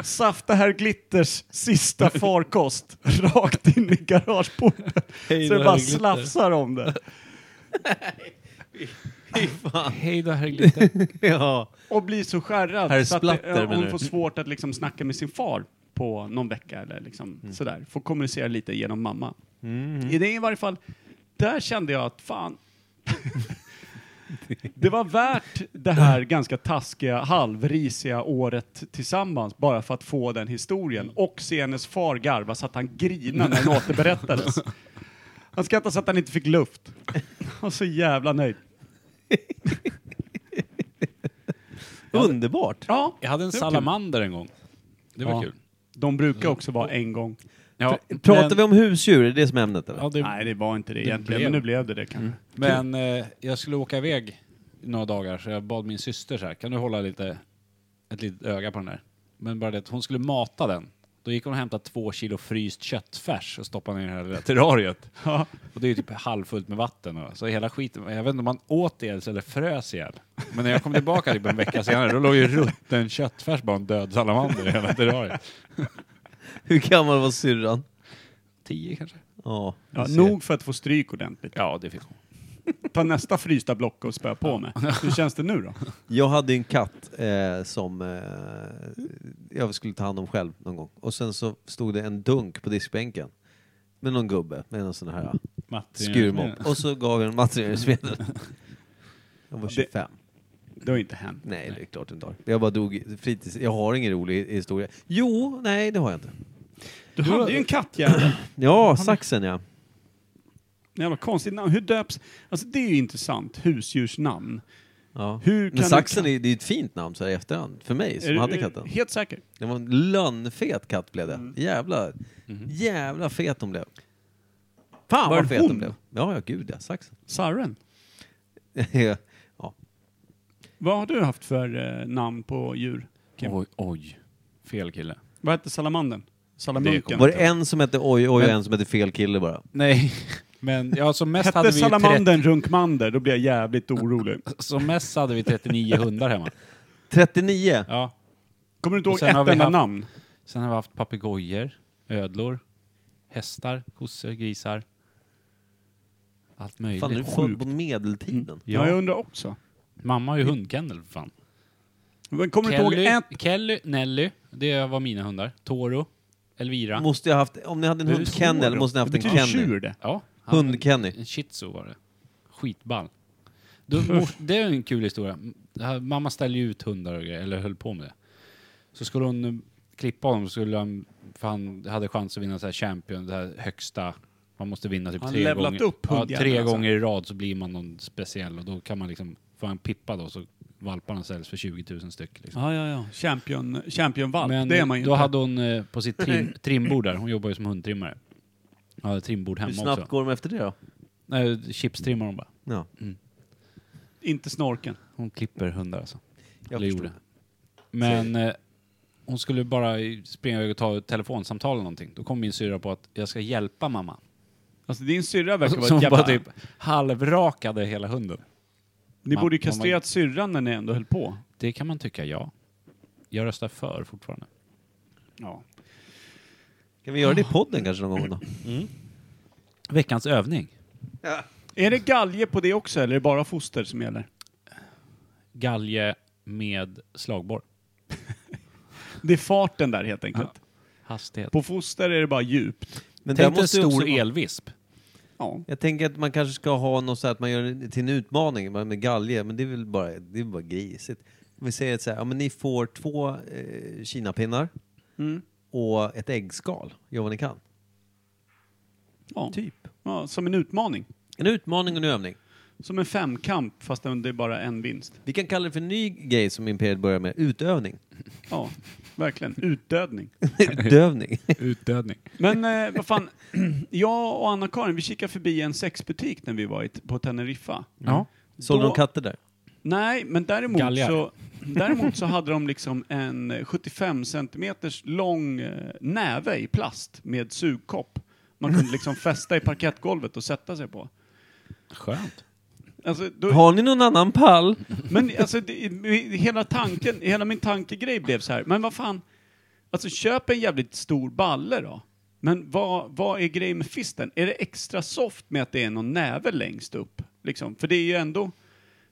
Safta herr Glitters sista farkost rakt in i garageporten.
Hej
Så
då,
det bara
herr Glitter.
slafsar om det.
Hej då herr Glitter.
ja.
Och blir så skärrad
Herr
så att
Splatter,
det, eh,
menar
hon
du?
får svårt att liksom snacka med sin far på någon vecka eller liksom
Mm.
sådär. Får kommunicera lite genom mamma. I det i varje fall, där kände jag att fan, det var värt det här ganska taskiga, halvrisiga året tillsammans bara för att få den historien och se hennes far garva så att han grinade när den återberättades. Han skrattade så att han inte fick luft. Han var så jävla nöjd.
Underbart!
Ja,
Jag hade en
det var kul.
salamander en gång. Det var
Ja.
kul.
De brukar också vara en gång.
Ja,
Pratar
men-
vi om husdjur? Är det som ämnet eller?
Ja, det,
Nej, det var inte det, egentligen,
blev-
men nu blev det det kanske.
Men eh, jag skulle åka iväg i några dagar så jag bad min syster så här, kan du hålla lite, ett litet öga på den där? Men bara det att hon skulle mata den. Då gick hon och hämtade två kilo fryst köttfärs och stoppade ner i det här lilla terrariet. Och det är ju typ halvfullt med vatten. Och, så hela skiten, jag vet inte om man åt det eller frös ihjäl. Men när jag kom tillbaka typ en vecka senare, då låg ju rutten köttfärs bara en död salamander i hela terrariet.
Hur gammal var syrran?
Tio kanske?
Ja.
Ja,
du ser.
nog för att få stryk ordentligt.
Ja, det fick hon.
ta nästa frysta block och spä på med. Hur känns det nu då?
Jag hade en katt eh, som eh, jag skulle ta hand om själv någon gång. Och sen så stod det en dunk på diskbänken med någon gubbe med en sån här skurmopp. Och så gav jag den materialsmedel. Jag var 25.
Det har ju inte hänt.
Nej, det är klart det inte har. Jag bara drog fritids... Jag har ingen rolig historia. Jo, nej det har jag inte.
Du hade ju en kattjävel.
Ja, saxen ja.
Jävla konstigt namn. Hur döps... Alltså det är ju intressant, husdjursnamn.
ja.
Hur kan
Men saxen
en
är, det är ju ett fint namn så här i efterhand. För mig
katt-
som
Är du-
hade katten.
Helt säker?
Det var en lönnfet katt blev det. Jävla, jävla fet hon blev. Fan
Mhm. Var
vad
det
fet
hon?
hon blev. Ja, ja gud ja, saxen.
Sarren?
ja.
Vad har du haft för eh, namn på djur? Kim?
Oj, oj. Fel kille.
Vad hette salamandern?
kommer
Salamunken?
Var det en som hette oj oj och en som hette fel kille bara?
Nej, men ja, som mest
Hette
hade vi ju 30,
salamandern runkmander? Då blir jag jävligt orolig.
som mest hade vi 39 hundar hemma.
39?
Ja.
Kommer du inte
Och
ihåg
sen
ett
har vi
enda
haft-
namn?
Sen har vi haft papegojor, ödlor, hästar, kossor, grisar. Allt möjligt.
Fan, är du född på medeltiden?
Ja. jag undrar också.
Mamma har ju hundkennel för fan.
Men kommer du inte
Kelly,
ihåg ett?
Kelly, Nelly, det var mina hundar. Toro, Elvira.
Måste jag haft, om ni hade en
Det är svår
hundkennel
då.
måste ni haft
Det
en
betyder
kenny.
tjur det.
ja, han-
Hundkenny.
En shih tzu var det. Skitball. Då, mor- det är en kul historia. Det här- Mamma ställde ju ut hundar och grejer, eller höll på med det. Så skulle hon eh, klippa honom, så skulle han, för han hade chans att vinna så här champion, det här högsta. Man måste vinna typ
Han
tre
levlat
gånger.
upp
ja,
hundjäveln
tre
alltså.
gånger i rad så blir man någon speciell och då kan man liksom, får han pippa då så valparna säljs för 20 000 styck. Liksom.
Ja, ja, ja. Champion, championvalp.
Men
det är man ju
då
inte.
hade hon eh, på sitt trim, trimbord där, hon jobbar ju som hundtrimmare. Hon hade trimbord
Hur
hemma
snabbt
också.
går de efter det då?
Nej, chipstrimmar hon bara.
Ja.
Inte snorken.
Hon klipper hundar alltså.
Jag
Eller
förstår.
gjorde. Men eh, hon skulle bara i- springa iväg och ta ett telefonsamtal eller någonting. Då kom min syrra på att jag ska hjälpa mamma.
Alltså din syrra verkar
Så
vara ett
hon
jävla...
bara typ halvrakade hela hunden.
Ni
Man-
borde ju
man-
kastrerat syrran när ni ändå höll på.
Det kan man tycka ja. Jag röstar för fortfarande.
Ja.
Kan vi göra det i podden kanske någon gång då?
Veckans övning.
Är det galge på det också, eller är det bara foster som gäller?
Galge med slagborr.
Det är farten där helt enkelt.
Hastighet.
På foster är det bara djupt.
Men där
Tänk dig en
måste ju också
stor
vara-
elvisp.
Ja.
Jag tänker att man kanske ska ha något så här att man gör det till en utmaning med med galge, men det är väl bara, det är bara grisigt. Om vi säger så här, ja men ni får två eh, kinapinnar
Mm.
och ett äggskal, gör vad ni kan.
ja.
Typ.
Ja, som en utmaning.
En utmaning och en övning.
Som en femkamp, fast det är bara en vinst.
Vi kan kalla det för en ny grej som Imperiet börjar med, utövning.
Ja, verkligen. Utdödning.
Utövning.
Utdödning.
Men eh, vad fan, jag och Anna-Karin, vi kikade förbi en sexbutik när vi var i, på Teneriffa.
Ja.
Sålde
Då-
de katter där?
Nej, men däremot
Galgar.
så, däremot så hade de liksom en eh, 75 centimeters lång eh, näve i plast med sugkopp. Man kunde liksom fästa i parkettgolvet och sätta sig på.
Skönt.
Alltså, då,
Har ni någon annan pall?
Men alltså, det, hela tanken, hela min tankegrej blev så här, men vad fan, alltså köp en jävligt stor balle då. Men vad, vad är grejen med fisten? Är det extra soft med att det är någon näve längst upp? Liksom? För det är ju ändå,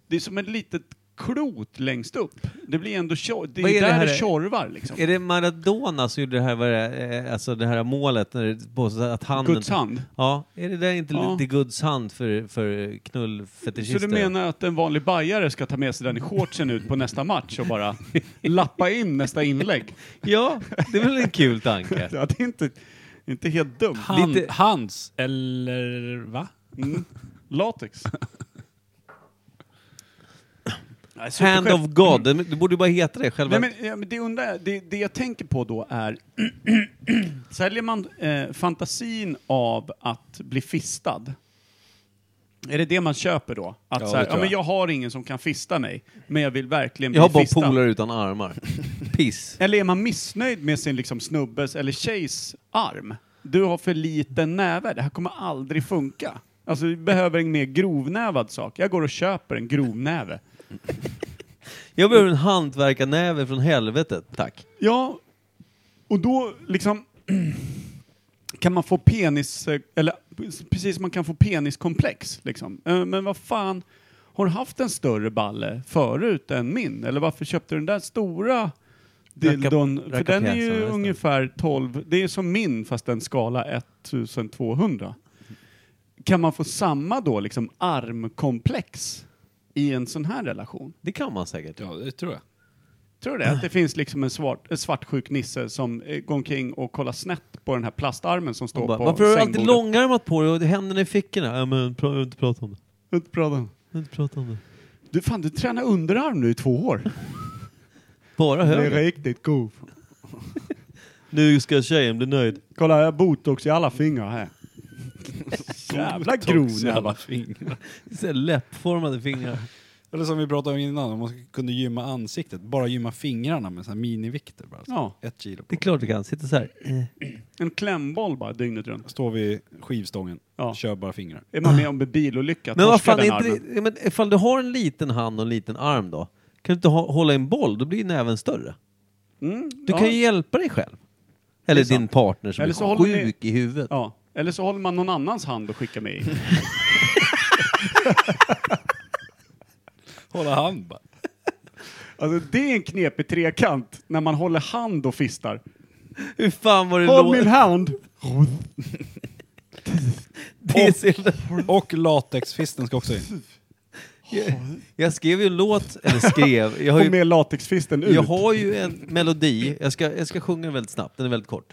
det är som ett litet klot längst upp. Det blir ändå, tjor, det är,
Vad är det
där
här?
det, tjorvar liksom.
Är det Maradona som gjorde det här, vad är det, eh, alltså det här målet, när det, på, så att handen...
Guds hand.
Ja, är det där inte
Ja.
lite Guds hand för, för
Så
knullfetischister?
du menar att en vanlig bajare ska ta med sig den i shortsen ut på nästa match och bara lappa in nästa inlägg?
Ja, det är väl en kul tanke.
Ja, det är inte, inte helt dumt.
Han,
Lite-
Hans, eller va?
Mm. Latex. Nej,
Hand
superskönt.
of God, det det borde ju bara heta det. Själva...
Nej, men, ja, men det, undrar, jag- det, det jag tänker på då är, säljer man eh, fantasin av att bli fistad? Är det det man köper då? Att
Ja,
så här,
det tror
ja, men
jag.
jag har ingen som kan fista mig, men jag vill verkligen
jag har
bli
bara
fistad.
polare utan armar. Piss.
Eller är man missnöjd med sin liksom, snubbes eller tjejs arm? Du har för liten näve, det här kommer aldrig funka. Alltså vi behöver en mer grovnävad sak. Jag går och köper en grovnäve.
Jag behöver en hantverkarnäve från helvetet, tack.
Ja, och då liksom kan man få penis, eh, eller precis som man kan få peniskomplex liksom. Eh, Men vad fan, har du haft en större balle förut än min? Eller varför köpte du den där stora dildon? För den är
rackapjäsen,
ju
just det.
ungefär 12, det är som min fast en skala 1200. Kan man få samma då liksom armkomplex i en sån här relation?
Det kan man säkert.
Ja, det tror jag.
Tror du det? Att det finns liksom en, svart, en svartsjuk nisse som eh, går omkring och kollar snett på den här plastarmen som står
Bara,
på
varför har du alltid
sängbordet?
långarmat på dig och händerna i fickorna? Ja, men pra, jag vill inte prata om det.
Inte bra den.
Jag vill inte prata om det.
Du fan, du tränar underarm nu i två år.
Bara höger.
riktigt god.
Nu ska tjejen bli nöjd.
Kolla, jag har botox i alla fingrar här. Jävla grona.
fingrar.
Så här Läppformade fingrar.
Eller som vi pratade om innan, om man kunde gymma ansiktet. Bara gymma fingrarna med så här minivikter. Bara, så.
Ja,
Ett kilo.
Det är klart du kan. Sitta så här. Eh.
en klämboll bara dygnet runt.
Står vid skivstången,
Ja.
kör bara fingrar.
Är man med om en bilolycka,
Ah. Men vad
torskar
fan,
den
är inte
armen.
det, ja, men ifall du har en liten hand och en liten arm då? Kan du inte ha, hålla i en boll? Då blir ju näven större.
Mm,
Du
ja.
kan ju hjälpa dig själv. Eller din partner som
Eller så
är
håller ni-
sjuk i huvudet.
Ja. Eller så håller man någon annans hand och skickar med i.
Hålla hand bara.
Alltså det är en knepig trekant, när man håller hand och fistar.
Hur fan var det
Håll
låt?
min hand!
Det är så jävla-
Och latexfisten ska också in.
Jag skrev ju en låt, eller skrev, jag har
Få
ju,
med latexfisten ut.
jag har ju en melodi, jag ska, jag ska sjunga den väldigt snabbt, den är väldigt kort.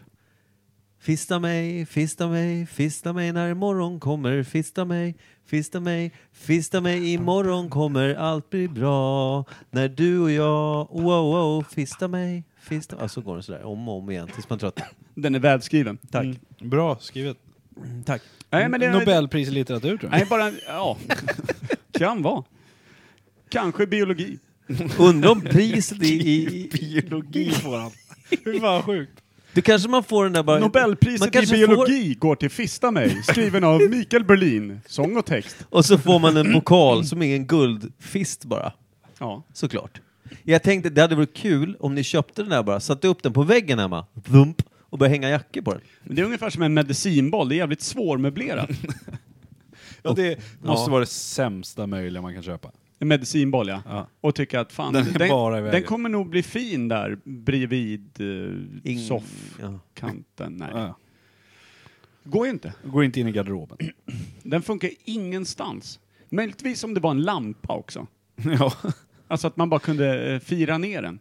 Fista mig, fista mig, fista mig när imorgon kommer. Fista mig, fista mig, fista mig imorgon kommer. Allt blir bra när du och jag, wow, wow, fista mig, fista mig. så går den sådär om och om igen tills man tröttnar.
Den är välskriven. Tack.
Mm. Bra skrivet.
Mm, Tack.
Nej, men det,
Nobelpris i litteratur tror jag.
Nej, bara... Ja. kan vara. Kanske biologi.
Undrar om priset i... i, i
Biologi får han.
Hur fan sjukt.
det kanske man får den där bara... man
Nobelpriset i
kanske
biologi går till Fista mig, skriven av Mikael Berlin. Sång och text.
Får, och så får man en pokal som är en guldfist bara.
Ja.
Såklart. Jag tänkte det hade varit kul om ni köpte den där bara, satte upp den på väggen hemma, Vlump, och började hänga jackor på den.
Men det är ungefär som en medicinboll, det är jävligt svårmöblerat.
Ja, det
Ja.
måste vara det sämsta möjliga man kan köpa.
En medicinboll, ja.
Ja.
Och tycka att fan,
Den är bara i vägen.
den kommer nog bli fin där bredvid eh,
Ing- ja.
soffkanten. Nej.
Ja.
Går ju inte.
Går inte in i garderoben.
Den funkar ingenstans. Möjligtvis om det var en lampa också.
ja.
Alltså att man bara kunde eh, fira ner den.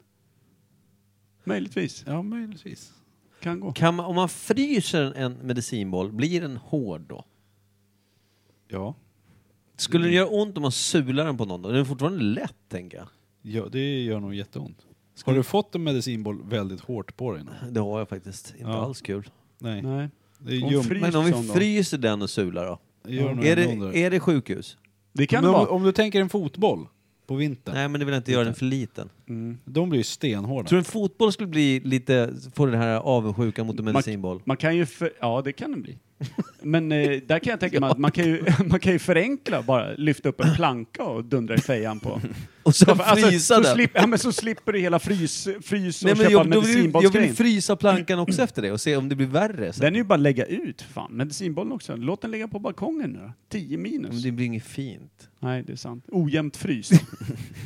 Möjligtvis.
ja, möjligtvis.
Kan gå.
Kan man, om man fryser en medicinboll, blir den hård då?
Ja.
Skulle
Mm.
det göra ont om man sular den på någon då? Den är fortfarande lätt, tänker jag.
ja, det gör nog jätteont. Har du fått en medicinboll väldigt hårt på dig? nu?
Det har jag faktiskt. Inte
Ja.
alls kul.
Nej.
Nej.
Det är
Om
ljum,
fri- Frys
Men om vi
som då?
fryser den och sular då?
gör nog
Är
ändå ont
det,
där.
är det sjukhus?
Det kan det
Men om,
vara.
om du tänker en fotboll på vintern.
Nej, men det vill jag inte göra den för liten.
Mm.
De blir ju stenhårda.
Tror du en fotboll skulle bli lite, få den här avundsjukan mot en medicinboll?
Man kan ju för, ja, det kan det bli. Men eh, där kan jag tänka mig att man kan, ju, man kan ju förenkla bara, lyfta upp en planka och dundra i fejan på.
Och sen
Alltså,
frysa
så,
den?
Slipp, ja, men så slipper du hela frys, frys och
Nej, men
köpa
jag, då vill, jag
medicinbollsgrejen.
vill frysa plankan också efter det och se om det blir värre. Sen.
Den är ju bara lägga ut, fan. Medicinbollen också. Låt den ligga på balkongen nu då. 10
Men
minus.
det blir inget fint.
Nej, det är sant. Ojämnt frys.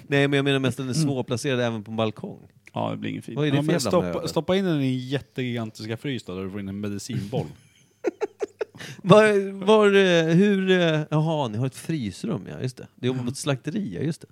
Nej, men jag menar mest att
Mm.
den är svårplacerad även på en balkong.
ja, det blir ingen fint.
Vad är det
Ja,
för
men
jävla
stoppa,
möbel?
stoppa in den i jättegigantiska frys då, där du får in en medicinboll.
Var, var, eh, hur... eh, Jaha, ni har ett frysrum, ja. Just det. Du jobbar på ett slakteri, ja. Just det.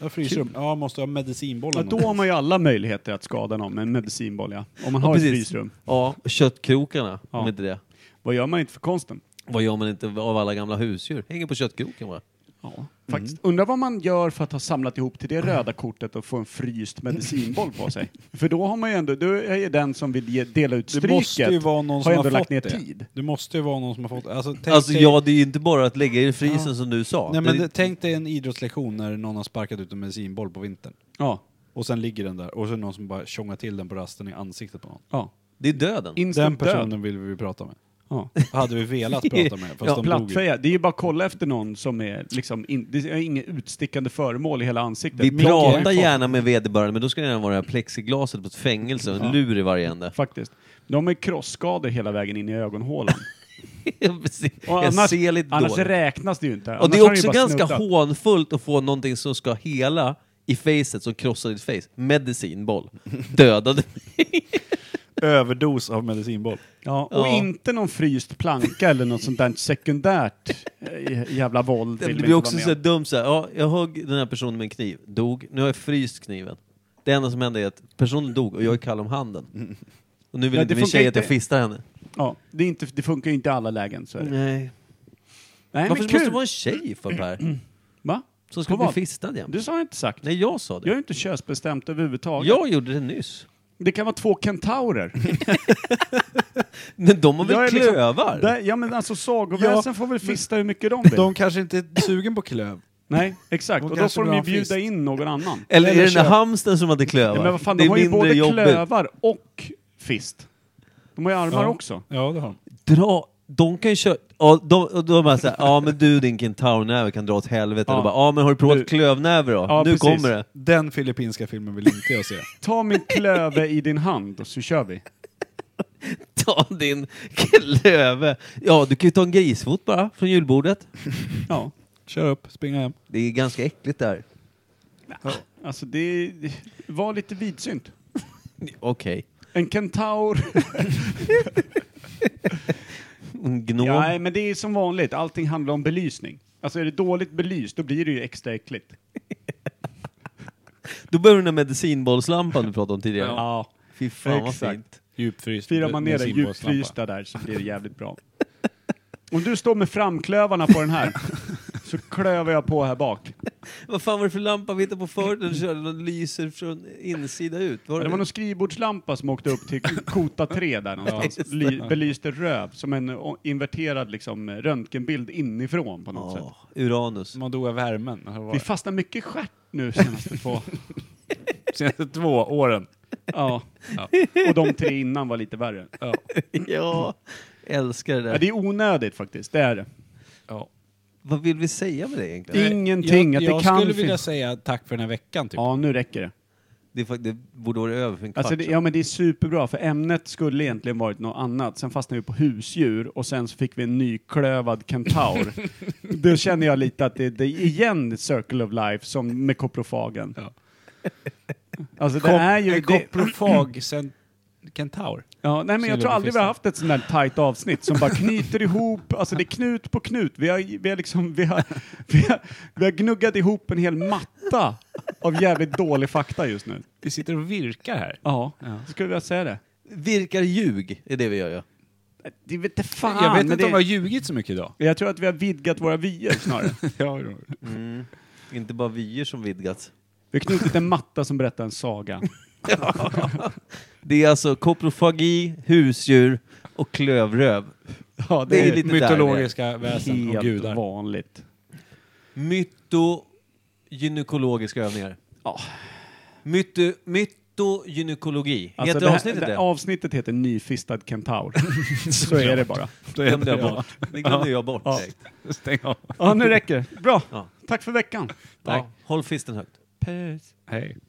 Ja, frysrum. Ja, måste ha medicinbollen.
Ja, då har man ju alla möjligheter att skada någon med en medicinboll, ja. Om man
Ja,
har ett
precis.
frysrum.
Ja, och köttkrokarna,
Ja.
om inte det.
Vad gör man inte för konsten?
Vad gör man inte av alla gamla husdjur? Hänger på köttkroken bara.
Ja, faktiskt. Undrar vad man gör för att ha samlat ihop till det röda kortet och få en fryst medicinboll på sig. För då har man ju ändå, då är ju den som vill ge, dela ut
det
stryket,
måste ju vara någon som
har
har,
ändå
fått
lagt ner
det.
tid.
Det måste ju vara någon som har fått alltså, tänk
Alltså
dig,
ja, det är ju inte bara att lägga i frysen som du sa.
nej, men
Det-
det, Tänk dig en idrottslektion när någon har sparkat ut en medicinboll på vintern.
Ja,
Och sen ligger den där och så är det någon som bara tjongar till den på rasten i ansiktet på någon.
ja.
det är döden.
Instant
Den personen
död.
vill vi prata med. Ja. Hade vi velat prata med fast
Ja,
de dog ju.
Plattfeja, det är ju bara att kolla efter någon som är liksom, in, det är inget utstickande föremål i hela ansiktet.
Vi
Men-
pratar gärna med vederbörande, men då ska det gärna vara det här plexiglaset på ett fängelse och en lur i varje ände.
Faktiskt. De är krosskador hela vägen in i ögonhålan.
Jag ser-
Och
jag ser lite
annars
dåligt.
räknas det ju inte.
Och det
Annars
är
har de ju
också
bara
ganska
snuddat.
hånfullt att få någonting som ska hela i facet, som krossar ditt face. Medicinboll. Dödade
Överdos av medicinboll.
Ja, och
Ja.
inte någon fryst planka eller något sånt där sekundärt eh, jävla våld.
Det
vill vi
blir
inte
också
vara med
så här
om.
dumt så här. Ja, jag högg den här personen med en kniv, dog. Nu har jag fryst kniven. Det enda som hände är att personen dog och jag är kall om handen. Och nu vill
Ja,
inte
det
min
funkar
tjej att jag
inte.
fistar henne.
ja, det, är inte, det funkar ju inte i alla lägen. Så är det.
Nej.
Nej,
Varför
men
måste
kul!
det vara en tjej för Per?
Va?
Som ska
På
bli
vad?
fistad jämt?
Du sa inte sagt.
Nej, jag sa det.
Jag är ju inte könsbestämt överhuvudtaget.
Jag gjorde det nyss.
Det kan vara två kentaurer.
Men de har
Jag
väl
är liksom-
klövar?
Där, ja men alltså sagoväsen får väl fista hur mycket de vill.
De kanske inte är sugen på klöv.
Nej, exakt.
De
Och då
kanske
får de
vill
ju
ha fist.
bjuda in någon annan.
Eller är det den där
köp-
hamsten som hade klövar?
Ja, men vad fan,
det
de
är
har ju både
mindre jobbigt.
klövar och fist. De har ju armar också.
Ja, det har de.
Dra, de kan ju köra... Ja, de, och de bara såhär, ja men du din kentaurnäve kan dra åt helvete.
Ja.
Eller bara, ja men har du
Nu-
provat klövnäve då?
Ja,
nu
precis.
kommer det.
Den filippinska filmen vill inte jag se.
Ta min klöve i din hand och så kör vi.
Ta din klöve. Ja, du kan ju ta en grisfot bara från julbordet.
Ja.
Kör upp, springa hem.
Det är ganska äckligt där.
Alltså det, det var lite vidsynt.
Okej.
En kentaur.
En Gnom.
Nej, men det är som vanligt. Allting handlar om belysning. Alltså är det dåligt belyst, då blir det ju extra äckligt.
Då börjar den där medicinbollslampan du pratade om tidigare. Fy fan vad
Exakt.
fint.
Djupfryst.
Firar man ner
med
den
simbollslampa.
djupfrysta där så blir det jävligt bra. Om du står med framklövarna på den här så klöver jag på här bak.
Vad fan var det för lampa vi hittade på förut? Den körde- Den lyser från insida ut. Var
Det var någon skrivbordslampa som åkte upp till kota 3 där någonstans. Ly- belyste röv som en o- inverterad liksom, röntgenbild inifrån på något
Ja,
sätt.
Uranus.
Man dog av värmen. Det har
Vi
varit-
fastnar mycket i stjärt nu senaste två.
Senaste två åren.
Ja. Och de tre innan var lite värre. Ja.
Ja, älskar det där.
det är onödigt faktiskt, det är det.
Vad vill vi säga med det egentligen?
Ingenting,
jag
att det
jag
kan
skulle vilja
finnas...
säga tack för den här veckan. Typ.
Ja, nu räcker det.
Det, är fakt- det borde vara över för en kvart
Alltså det,
sedan.
ja men det är superbra, för ämnet skulle egentligen varit något annat. Sen fastnade vi på husdjur och sen så fick vi en nyklövad kentaur. Då känner jag lite att det, det är igen Circle of Life som med koprofagen. Alltså det är ju... Det,
en koprofag sen kentaur.
ja, nej men jag tror aldrig vi har haft ett sånt där tight avsnitt som bara knyter ihop, alltså det är knut på knut. Vi har, vi har liksom, vi har, vi har, vi har gnuggat ihop en hel matta av jävligt dålig fakta just nu.
Vi sitter och virkar här.
Ja, skulle jag vilja säga det.
Virkar ljug, är det vi gör ja.
Det vet inte fan.
jag vet inte
men det...
om jag har ljugit så mycket idag.
Jag tror att vi har vidgat våra vyer snarare.
Inte bara vyer som vidgats.
Vi har knutit en matta som berättar en saga.
Det är alltså koprofagi, husdjur och klövröv.
Ja,
Det är lite där vi är.
Mytologiska väsen och
helt
gudar.
vanligt.
Mytogynekologiska övningar.
Ja.
Myto, mytogynekologi.
Alltså,
Heter
det här-
avsnittet
det?
det?
här Avsnittet heter Nyfistad kentaur. Så är det bara.
det glömde jag bort. Det glömde jag bort. direkt.
Stäng av.
Ja, nu räcker det. Bra.
Ja.
Tack för veckan.
Ja. Håll fisten högt.
Hej.